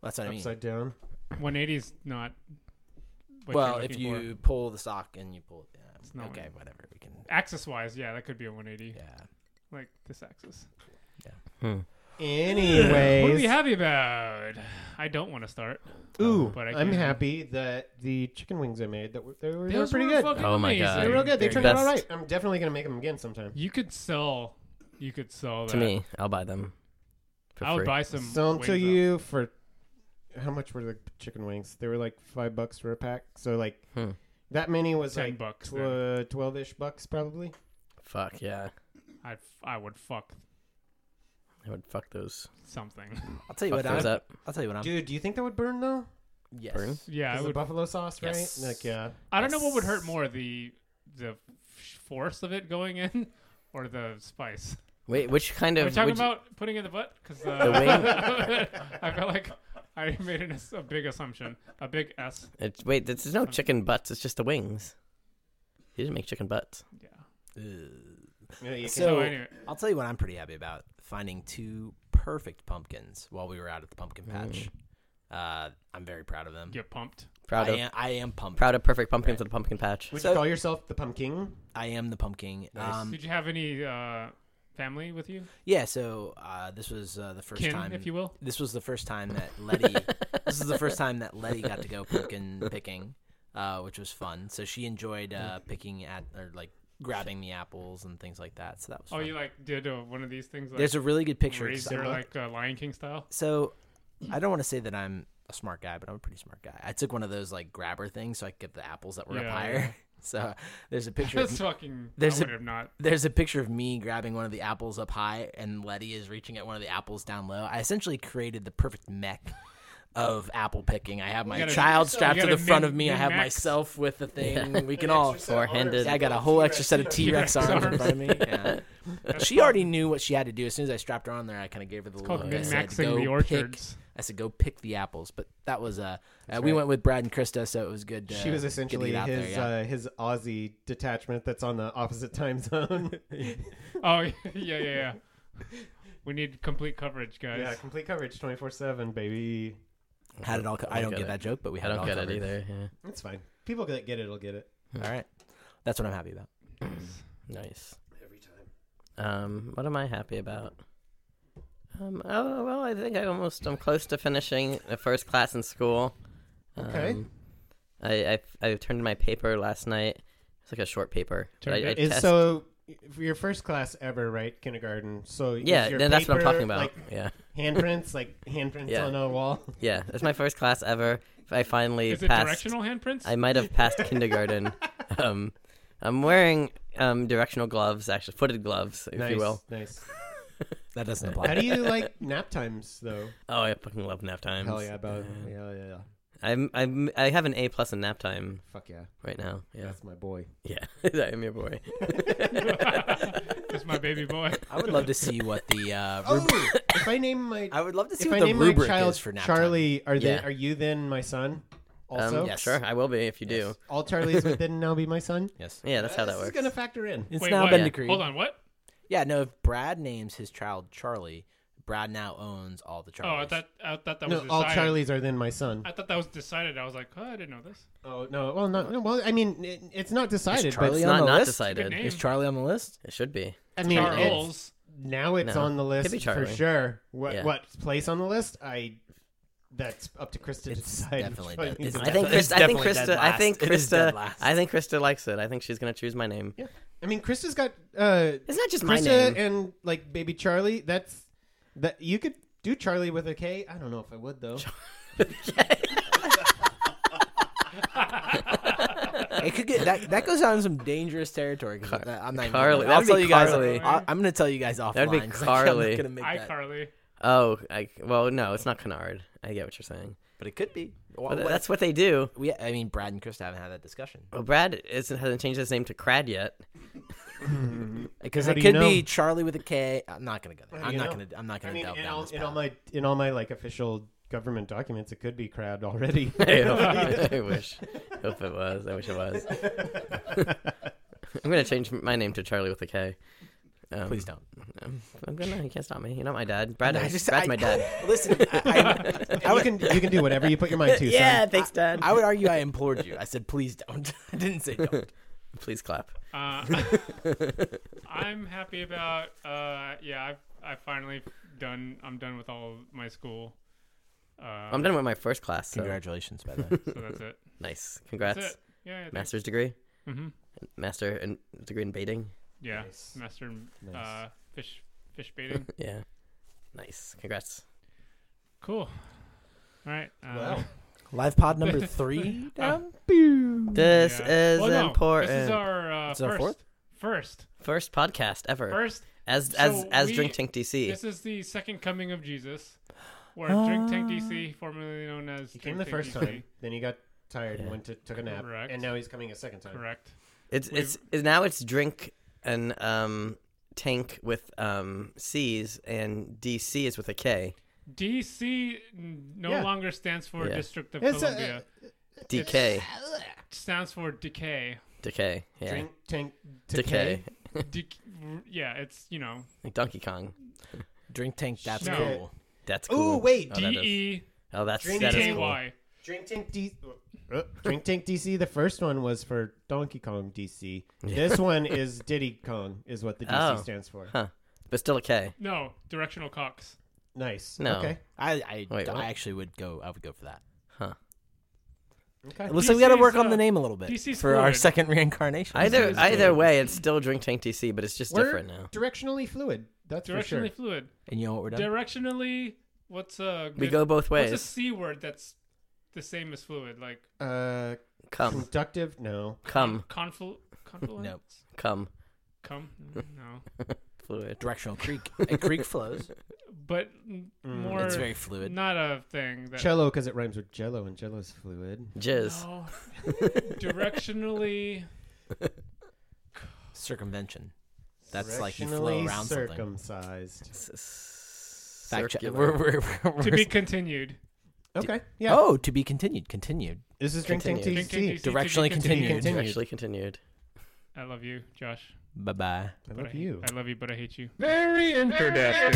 That's what I mean. Upside down. 180 is not. What well, you're if looking for. you pull the sock and you pull it, yeah, not okay, what- whatever. We can. axis wise, yeah, that could be a 180, Yeah. like this axis. hmm, What are Anyways, we happy about? I don't want to start. ooh, Oh, But I I'm can- happy that the chicken wings I made that were they were, they were Those pretty were good. fucking Oh my amazing. God. They were real good. They Very turned out good. all right. I'm definitely gonna make them again sometime. You could sell. You could sell that. To me, I'll buy them. For I would free. buy some. Sell them to wings you for how much were the chicken wings? They were like five bucks for a pack. So like Hmm. that many was Ten like bucks, tw- twelve-ish bucks probably. Fuck yeah. off. I'd, I would fuck I would fuck those. something. I'll tell you Fuck what. I'm, those up. I'll tell you what. I'm. Dude, do you think that would burn though? yes. Burn. Yeah, I Because the would. buffalo sauce, right? Yes. Like yeah. I don't know what would hurt more the the force of it going in or the spice. Wait, which kind Are of? we talking would you- about putting it in the butt? Because uh, The I felt like I made an, ass- a big assumption, a big S. It's, wait, there's no chicken butts. It's just the wings. He didn't make chicken butts. Yeah. Ugh. Yeah, you So- So anyway, I'll tell you what. I'm pretty happy about finding two perfect pumpkins while we were out at the Mm. pumpkin patch. Uh, I'm very proud of them. get pumped. Proud I of am. I am pumped. proud of perfect pumpkins with a pumpkin patch. Would So- you call yourself the pumpkin? I am the pumpkin. Um, Did you have any uh, family with you, Yeah, so uh, this was uh, the first kin, time. if you will. This was the first time that Letty. this is the first time that Letty got to go pumpkin picking, uh, which was fun. So she enjoyed uh, Mm. picking at or like grabbing the apples and things like that. So that was. Oh, fun. you like did uh, one of these things like There's a really good picture. raised So- her like uh, Lion King style. so I don't want to say that I'm a smart guy, but I'm a pretty smart guy. I took one of those like grabber things so I could get the apples that were Yeah, up higher. So there's a picture. That's Of, fucking. There's There's a- I would have not. there's a picture of me grabbing one of the apples up high, and Letty is reaching at one of the apples down low. I essentially created the perfect mech of apple picking. I have my gotta- child you strapped to gotta the front of min- me. I have min-max. myself with the thing. We can all. Four-handed. Yeah, I got a whole extra set of T T-Rex Rex arms in arms. front of me. Yeah. She already knew what she had to do. As soon as I strapped her on there, I kind of gave her the Called look. I min said, maxing "Go the pick orchards. I said go pick the apples, but that was uh, uh we right. went with Brad and Krista, so it was good. To, She was good to essentially get out his there, yeah. uh, his Aussie detachment that's on the opposite time zone. Oh yeah, yeah, yeah. We need complete coverage, guys. yeah, complete coverage, twenty four seven, baby. had it all. Co- I don't get get it. that joke, but we I had don't it all get it covered. either. Yeah. That's fine. People that get it will get it All right, that's what I'm happy about. Nice. every time. Um, what am I happy about? Um, oh well, I think I almost I'm close to finishing the first class in school. Okay. Um, I, I I turned in my paper last night. It's like a short paper. but I, Turned I it- Is test- so for your first class ever, right? Kindergarten. So is yeah, your then that's what I'm paper, talking about. Like yeah, handprints, like handprints Yeah. on a wall. yeah. It's my first class ever. I finally Is it passed. directional handprints? I might have passed kindergarten. Um, I'm wearing um directional gloves, actually footed gloves, if nice, you will. nice. That doesn't How apply. do you like nap times though? Oh, I fucking love nap times. Hell yeah, bro. Yeah, yeah, yeah. I'm I'm I have an A plus in nap time Fuck yeah. right now. Yeah. That's my boy. Yeah, I am your boy. It's my baby boy. I would love to see what the uh, Oh, rub- if I name my I would love to see if what I the name my rubric child is for nap time. Charlie, are they, Yeah. are you then my son? Also, um, yes. sure, I will be if you do. all Charlie's would then now be my son. Yes. Yeah, that's how that this works. is gonna factor in. It's Wait, now what? been Yeah. decreed. Hold on, what? Yeah, no. If Brad names his child Charlie, Brad now owns all the Oh, I Charlies. thought I thought that was No, decided. all Charlies are then my son. I thought that was decided. I was like, oh, I didn't know this. Oh no, well not no, well. I mean, it, it's not decided, Charlie It's on not the not list? decided. name. It Is Charlie on the list? should be. but I mean, it's, Charles. now it's No. on the Could be list for Charlie. sure. What Yeah. what place on the list? I that's up to Krista to It's decide. definitely Charlie dead. needs It's to I think definitely- Krista, I think definitely dead Krista I think last. It is dead Krista last. I think Krista likes it. I think she's gonna choose my name. Yeah. I mean, Krista's got uh, It's not just my name. Krista and like baby Charlie. That's that you could do Charlie with a K. I don't know if I would though. It could get that. That goes out in some dangerous territory. 'cause that- I'm not. even- Carly. I'll That would tell be you guys. Carly. I, I'm going to tell you guys offline. That would be 'cause I can't- I'm Carly. not gonna make I that. Carly. Oh, I, well, no, it's not Kennard. I get what you're saying. But it could be. But that's what they do. we. I mean, Brad and Krista haven't had that discussion Well, Brad isn't, hasn't changed his name to Crad yet. because How it do you could know? be Charlie with a K. I'm not gonna go there. How do I'm you not know? gonna. I'm not I gonna mean, delve in down all, this in path. all my in all my like official government documents, it could be crowd already. I wish. Hope it was. I wish it was. I'm gonna change my name to Charlie with a K. Um, Please don't. Um, I'm gonna. You can't stop me. You're not my dad. Brad. I is. just- Brad's I- my dad. Listen, I, I, And you can you can do whatever you put your mind to. yeah. Son. Thanks, Dad. I would argue I implored you. I said please don't. I didn't say don't. Please clap. Uh, I'm happy about. Uh, yeah, I I finally done. I'm done with all my school. Uh, I'm done with my first class. So Congratulations, by the way. So that's it. nice. That's, Congrats. it. Yeah. yeah Master's degree. Mm-hmm. Master and degree in baiting. Yeah. Nice. Master in, Nice. uh, fish fish baiting. Yeah. Nice. Congrats. cool. All right. Uh, Wow. Live pod number three down. This yeah. is Well, no, important. This is our uh, It's first. our fourth? First. First podcast ever. First. as as So as we- Drink Tank DC. This is the second coming of Jesus, where Drink Tank DC, formerly known as He came Drink the Tank first DC, time, then he got tired and went to took a nap, Correct. and now he's coming a second time. Correct. It's it's it's- now it's drink and um tank with um C's and DC is with a K. DC n- no Yeah. longer stands for Yeah. District of It's a- uh, Columbia. DK. stands for decay. Decay. Yeah. Drink tank Decay. decay. De- yeah, it's you know Like Donkey Kong. Drink tank. That's No. cool. That's Ooh cool. wait, Oh, D that is- E Oh, that's Drink that K is cool. Y. drink tank D. uh, Drink Tank DC. The first one was for Donkey Kong DC. This one is Diddy Kong, is what the DC Oh. stands for. Huh. But but still a K. No, directional cocks. Nice. No. Okay. I I, Wait, what? I actually would go. I would go for that. Okay. It looks like we got to DC's, work on uh, the name a little bit DC's for our fluid. second reincarnation. Either It's either good. way, it's still drink tank TC, but it's just We're different now. directionally fluid. That's Directionally for sure. fluid. And you know what we're doing? Directionally, what's a good, We go both What's a ways. c word that's the same as fluid? Like uh, Um. Come, conductive? No. come, conflu confluence. Nope. come. Come. No. Fluid. Directional creek. A creek flows. But m- Mm. more. It's very fluid. Not a thing. That, Cello because it rhymes with jello, and jello's fluid. Jizz. no. Directionally. Circumvention. That's like you flow Directionally around something. circumcised. S- Fact check. circular. We're, we're, we're, To we're- be continued. Okay. Yeah. Oh, to be continued. Continued. This is Drink Tank Continue. Drink Tank TC. TC, to be Directionally continued. continued. Actually continued. I love you, Josh. Bye bye. I but I love hate- you. I love you, but I hate you. Very interesting.